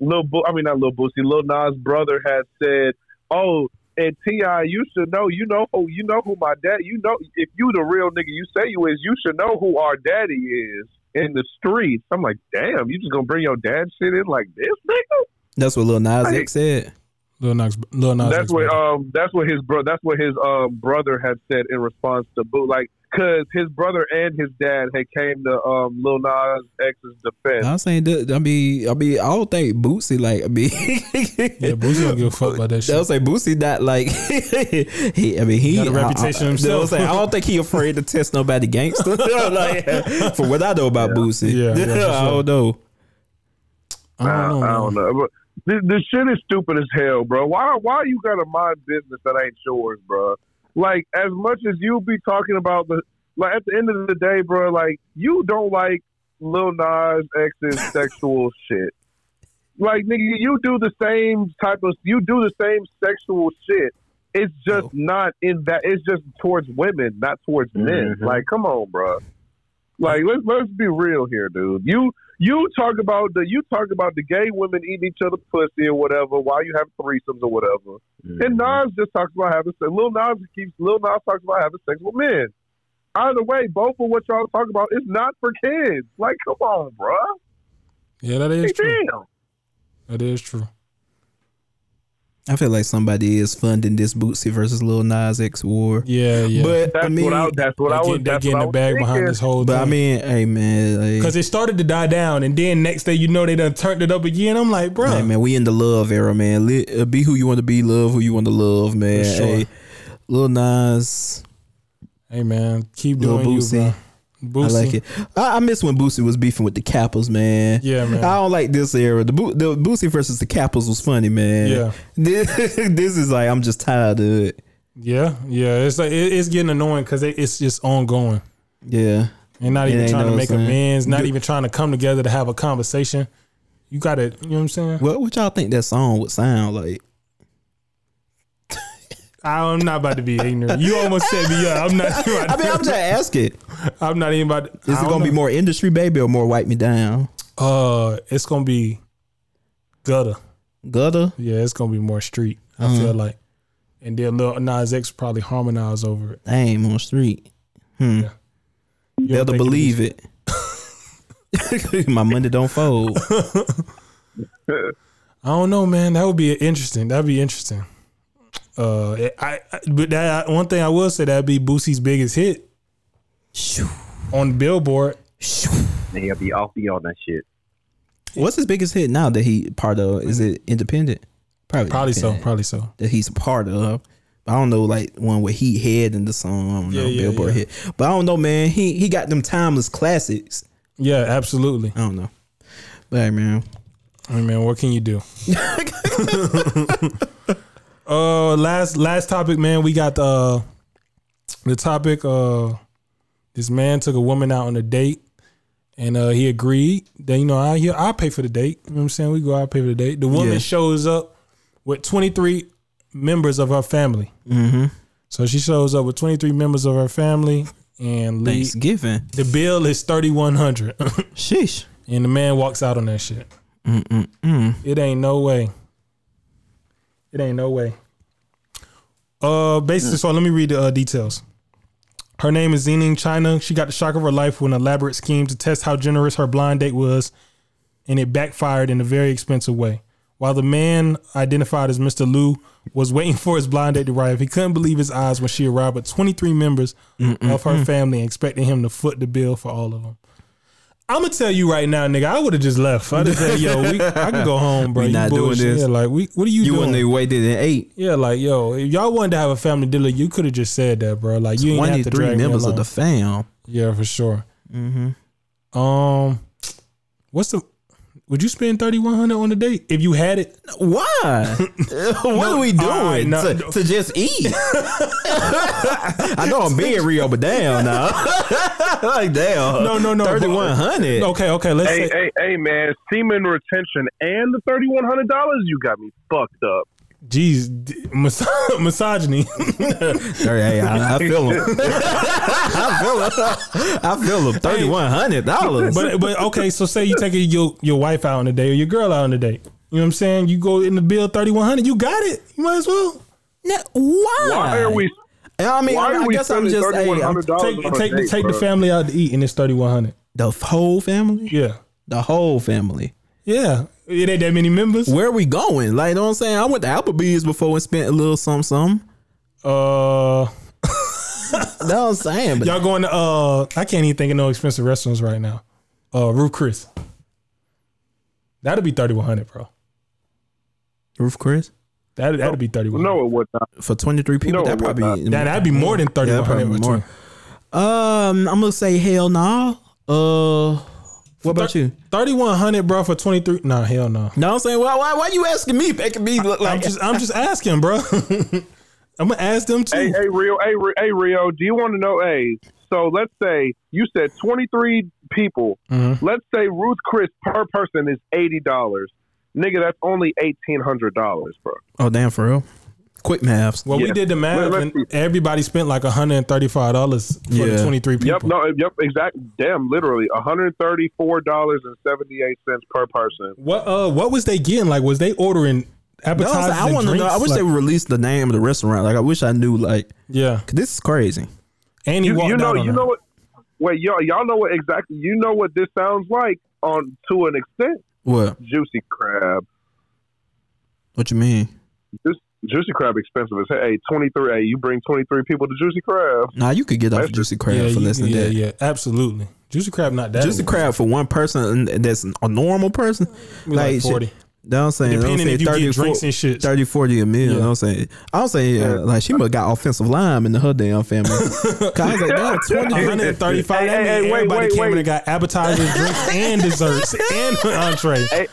S3: Lil Bo- I mean not Lil Boosie, Lil Nas' brother had said, "Oh, and Ti, you should know, you know, who, you know who my dad, you know, if you the real nigga you say you is, you should know who our daddy is in the streets." I'm like, damn, you just gonna bring your dad shit in like this, nigga?
S1: That's what Lil Nas
S3: Like-
S1: X said.
S2: Lil Nas, Lil Nas
S3: that's
S2: X.
S3: what
S2: brother.
S3: um that's what his bro that's what his um brother had said in response to Boo like because his brother and his dad had came to um Lil Nas X's defense.
S1: I'm saying, that- I mean, I mean, I don't think Bootsy like, I mean,
S2: yeah, Boosie don't give a fuck about that
S1: I
S2: shit.
S1: was like Boosie not like he. I mean, he
S2: Got a reputation
S1: I, I,
S2: himself.
S1: I, was like, I don't think he afraid to test nobody gangster. like, for what I know about Boosie,
S2: Yeah, yeah, for
S1: I
S2: sure.
S1: don't know.
S2: I don't know.
S3: I
S2: man.
S3: don't know. But this, this shit is stupid as hell, bro. Why why you got a mind business that ain't yours, bro? Like as much as you be talking about the like at the end of the day, bro, like you don't like Lil Nas X's sexual shit. Like nigga, you do the same type of you do the same sexual shit. It's just
S1: Oh.
S3: not in that. It's just towards women, not towards men. Like, come on, bro. Like, let's let's be real here, dude. You you talk about the you talk about the gay women eating each other pussy or whatever while you have threesomes or whatever. And Nas just talks about having sex. Lil Nas keeps Lil Nas talks about having sex with men. Either way, both of what y'all talk about is not for kids. Like, come on, bruh.
S2: Yeah, that is
S3: Hey,
S2: true.
S3: damn.
S2: That is true.
S1: I feel like somebody is funding this Bootsy versus Lil Nas X war.
S2: Yeah, yeah.
S1: But
S3: That's
S1: I mean,
S3: what I that's what
S2: they
S3: I was
S2: get, they
S3: that's
S2: getting
S3: what I
S2: the
S3: was
S2: bag behind
S3: thinking.
S2: this whole
S1: but I
S2: thing.
S1: mean, hey man, like,
S2: Because it started to die down, and then next day you know they done turned it up again. I'm like, bro,
S1: Hey man, we in the love era, man. Li- uh, be who you want to be, love who you want to love, man.
S2: For sure.
S1: Hey, Lil Nas,
S2: keep
S1: Lil
S2: doing you,
S1: Boosie.
S2: bro. Boosie.
S1: I like it. I, I miss when Boosie was beefing with the Cappas, man.
S2: Yeah, man.
S1: I don't like this era. The, Bo- the Boosie versus the Cappas was funny, man.
S2: Yeah.
S1: This, this is like I'm just tired of it.
S2: Yeah, yeah. It's like it, it's getting annoying because it's just ongoing.
S1: Yeah.
S2: and not
S1: It
S2: even
S1: ain't
S2: trying to
S1: no
S2: make
S1: saying.
S2: amends, not
S1: Good.
S2: even trying to come together to have a conversation. You got to, you know what I'm saying?
S1: What what y'all think that song would sound like?
S2: I'm not about to be ignorant. You almost said me. Yeah, I'm not.
S1: I mean, I'm just asking.
S2: I'm not even about. To,
S1: Is it gonna be more industry baby or more wipe me down?
S2: Uh, it's gonna be gutter.
S1: Gutter.
S2: Yeah, it's gonna be more street. I
S1: Mm-hmm.
S2: feel like, and then Lil Nas X probably harmonize over it.
S1: Dang, on street.
S2: You
S1: They'll
S2: don't think
S1: believe it. My money don't fold.
S2: I don't know, man. That would be interesting. That'd be interesting. Uh, I, I but that one thing I will say that'd be Boosie's biggest hit on Billboard.
S4: And he'll be off the on that shit.
S1: What's his biggest hit now that he part of? Is it independent? Probably,
S2: Probably so.
S1: Independent.
S2: Probably so.
S1: that he's a part of. But I don't know, like one where he head in the song. I don't know,
S2: Yeah, yeah,
S1: Billboard
S2: yeah.
S1: hit. But I don't know, man. He he got them timeless classics.
S2: Yeah, absolutely.
S1: I don't know. But hey, man,
S2: I mean, what can you do? uh, last last topic, man. We got the uh, the topic. Uh, this man took a woman out on a date, and uh, he agreed. Then you know, I here I pay for the date. You know what I'm saying? We go out pay for the date. The woman
S1: Yeah.
S2: shows up with 23 members of her family. Mm-hmm. So she shows up with 23 members of her family, and Lee,
S1: Thanksgiving.
S2: the bill is 3100.
S1: Sheesh.
S2: And the man walks out on that shit. It ain't no way. It ain't no way. Uh,
S1: Hmm.
S2: basically, so let me read the uh, details. Her name is Xening China. She got the shock of her life with an elaborate scheme to test how generous her blind date was, and it backfired in a very expensive way. While the man identified as Mr. Liu was waiting for his blind date to arrive, he couldn't believe his eyes when she arrived with 23 members
S1: Mm,
S2: of her family and expecting him to foot the bill for all of them. I'm gonna tell you right now, nigga. I would have just left. I'd have said, "Yo, we, I can go home, bro.
S1: We
S2: you
S1: not doing
S2: bullshit.
S1: this.
S2: Yeah, like, we, what are you,
S1: You
S2: doing?
S1: wouldn't have waited and ate.
S2: Yeah, like yo, if y'all wanted to have a family dinner, you could have just said that, bro. Like you ain't have to
S1: Twenty-three
S2: drag
S1: members
S2: me
S1: of
S2: along.
S1: the fam.
S2: yeah, for sure. Mm-hmm. Um, what's the? Would you spend thirty one hundred on a date if you had it?
S1: Why? what are we doing
S2: all right, no,
S1: to,
S2: no.
S1: to just eat? I know I'm being real, but damn, now like damn.
S2: No, no, no, but-
S1: Thirty-one hundred.
S2: Okay, okay, let's
S3: Hey,
S2: say
S3: hey, hey, man! Semen retention and the thirty-one hundred dollars. You got me fucked up.
S2: geez, d- mis- misogyny.
S1: Hey, I, I feel him. I feel him. I feel him. Thirty one hundred dollars.
S2: but but okay, so say you take your your wife out on a date or your girl out on a date. You know what I'm saying? You go in the bill thirty one hundred. You got it. You might as well
S1: why?
S3: Why are we?
S1: I mean,
S3: Why
S1: I,
S3: are
S1: I
S3: we
S1: guess I'm
S3: spending
S1: just hey,
S3: thirty-one
S1: I'm-
S3: hundred dollars
S2: take
S3: on a
S2: take
S3: date,
S2: take the
S3: bro?
S2: family out to eat, and it's thirty one hundred.
S1: the whole family,
S2: Yeah,
S1: the whole family.
S2: yeah. It ain't that many members.
S1: Where are we going? Like, you know what I'm saying? I went to Applebee's before and spent a little something, something.
S2: Uh,
S1: You know what I'm saying? But
S2: y'all going to? Uh, I can't even think of no expensive restaurants right now. Uh, Roof Chris. That'll be thirty one hundred, bro.
S1: Roof Chris
S2: That that'll be thirty one.
S3: No, it would not.
S1: for 23 people.
S3: No,
S1: that
S3: we're
S1: probably
S2: that that'd be more than thirty
S1: Yeah,
S2: one
S1: that probably
S2: hundred.
S1: more. Um, I'm gonna say hell nah. Uh, what about you?
S2: Thirty one hundred, bro, for twenty three. Nah, hell no.
S1: No, I'm saying why? Why? Why you asking me? Making me look
S2: I'm
S1: like
S2: just I'm just asking, bro. I'm gonna ask them too.
S3: Hey, hey, Rio, hey, Ri- hey, Rio. Do you want to know? Hey, so let's say you said twenty-three people.
S2: Mm-hmm.
S3: Let's say Ruth Chris per person is eighty dollars. Nigga, that's only eighteen hundred dollars, bro.
S1: Oh damn, for real. Quick maths.
S2: Well, we
S3: Yeah.
S2: did the math,
S3: Let-
S2: and
S3: let's
S2: everybody spent like 135 dollars for the
S1: Yeah.
S2: 23 people.
S3: Yep, no, yep, exact. Damn, literally one hundred thirty-four dollars and seventy-eight cents per person.
S2: What uh, what was they getting? Like, was they ordering
S1: No, I'm
S2: appetizers?
S1: saying, I
S2: and
S1: want to know.
S2: drinks?
S1: I wish
S2: Like-
S1: they would release the name of the restaurant. Like I wish I knew. Like 'cause
S2: Yeah,
S1: this is crazy.
S2: and he
S3: You,
S2: walked
S3: you know,
S2: out on
S3: you
S2: her.
S3: know what? Wait, y'all, y'all know what exactly? You know what this sounds like on to an extent.
S1: What?
S3: Juicy crab.
S1: What you mean?
S3: This Juicy Crab expensive as hey twenty three. Hey, you bring twenty three people to Juicy Crab.
S1: Nah, you could get off
S3: That's-
S1: Juicy Crab
S2: yeah,
S1: for
S2: you-
S1: less than
S2: yeah,
S1: that.
S2: yeah, absolutely. Juicy crab, not that.
S1: Juicy
S2: one.
S1: Crab for one person and that's a normal person.
S2: Be like
S1: shit.
S2: 40.
S1: That I'm saying.
S2: Depending
S1: I'm saying
S2: if you get
S1: 30,
S2: drinks
S1: 40
S2: and shit.
S1: 30, 40 a meal.
S2: Yeah.
S1: I'm saying. I'm saying uh, like she must got offensive line in her damn family. 'Cause I was like, damn, 20.
S2: 135.
S3: Hey,
S2: that
S3: hey,
S2: mean
S3: hey, wait,
S2: everybody
S3: wait,
S2: came in
S3: wait.
S2: and got appetizers, drinks, and desserts, and an entree.
S3: Hey,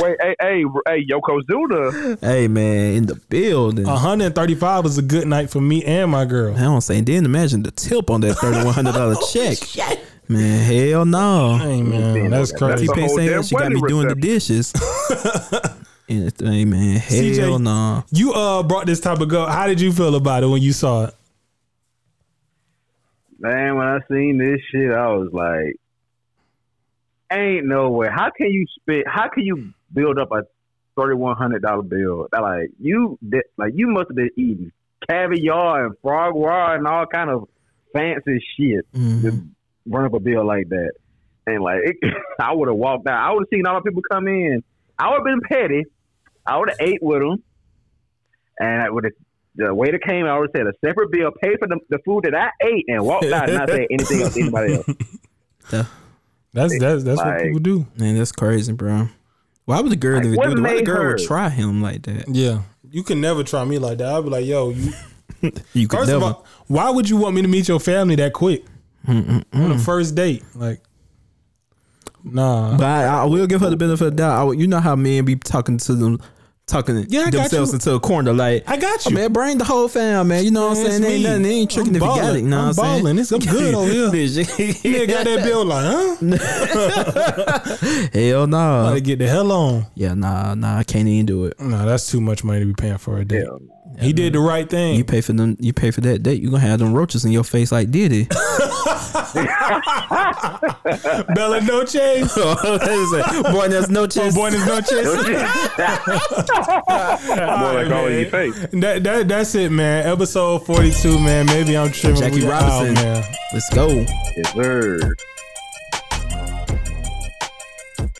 S3: wait, hey, hey, hey, Yokozuna.
S1: hey man, in the building.
S2: 135 was a good night for me and my girl.
S1: I don't say. Then imagine the tip on that thirty one hundred dollar check. Man, hell no.
S2: Hey man, that's crazy.
S1: She
S3: the
S1: been
S3: whole
S1: saying
S3: damn
S1: that she got me
S3: wedding
S1: doing the dishes. and it- hey man, hell
S2: CJ.
S1: no.
S2: You uh brought this topic up. How did you feel about it when you saw it?
S4: Man, when I seen this shit, I was like, "Ain't no way! How can you spend? How can you build up a thirty-one hundred dollar bill? That, Like you, that, like you must have been eating caviar and frog raw and all kind of fancy shit to run up a bill like that. And like, it, I would have walked out. I would have seen all the people come in I would have been petty. I would have ate with them, and I would have. The waiter came. I would have said a separate bill, pay for the, the food that I ate, and walked out and not say anything else to anybody else.
S2: That's that's that's what
S4: Like-
S2: people do.
S1: Man, that's crazy, bro. Why would the girl
S4: Like,
S1: even
S4: what
S1: do that? Why the
S4: made
S1: girl would
S4: her?
S1: try him like that?
S2: Yeah, you can never try me like that. I'd be like, yo, you.
S1: You could
S2: First
S1: never.
S2: of all, why would you want me to meet your family that quick on the first date? Like, nah.
S1: But I, I will give her the benefit of the doubt. I, would- you know how men be talking to them, talking
S2: Yeah, I got
S1: themselves
S2: you.
S1: into a corner. Like
S2: I got
S1: "Oh,
S2: you."
S1: man, bring the whole fam, man. You know what I'm
S2: Man,
S1: saying?
S2: it's
S1: They ain't
S2: me.
S1: nothing. They ain't
S2: I'm
S1: tricking if you got it.
S2: balling.
S1: You know
S2: I'm
S1: what I'm
S2: balling.
S1: saying?
S2: It's- I'm good over Nigga got that bill like, huh?
S1: Hell no.
S2: Gotta get the hell on.
S1: yeah, nah, nah. I can't even do it.
S2: No, that's too much money to be paying for a date.
S4: Hell
S2: he did the right thing.
S1: You pay for them. You pay for that date. You gonna have them roaches in your face like Diddy.
S2: Bella no chase.
S1: Boy, there's no chance.
S2: Buenas noches.
S3: More like all in
S2: man.
S3: your face.
S2: that, that that's it, man. Episode forty two, man. Maybe I'm tripping.
S1: Jackie
S2: We out,
S1: Robinson.
S2: man.
S1: Let's go.
S4: Yes, sir.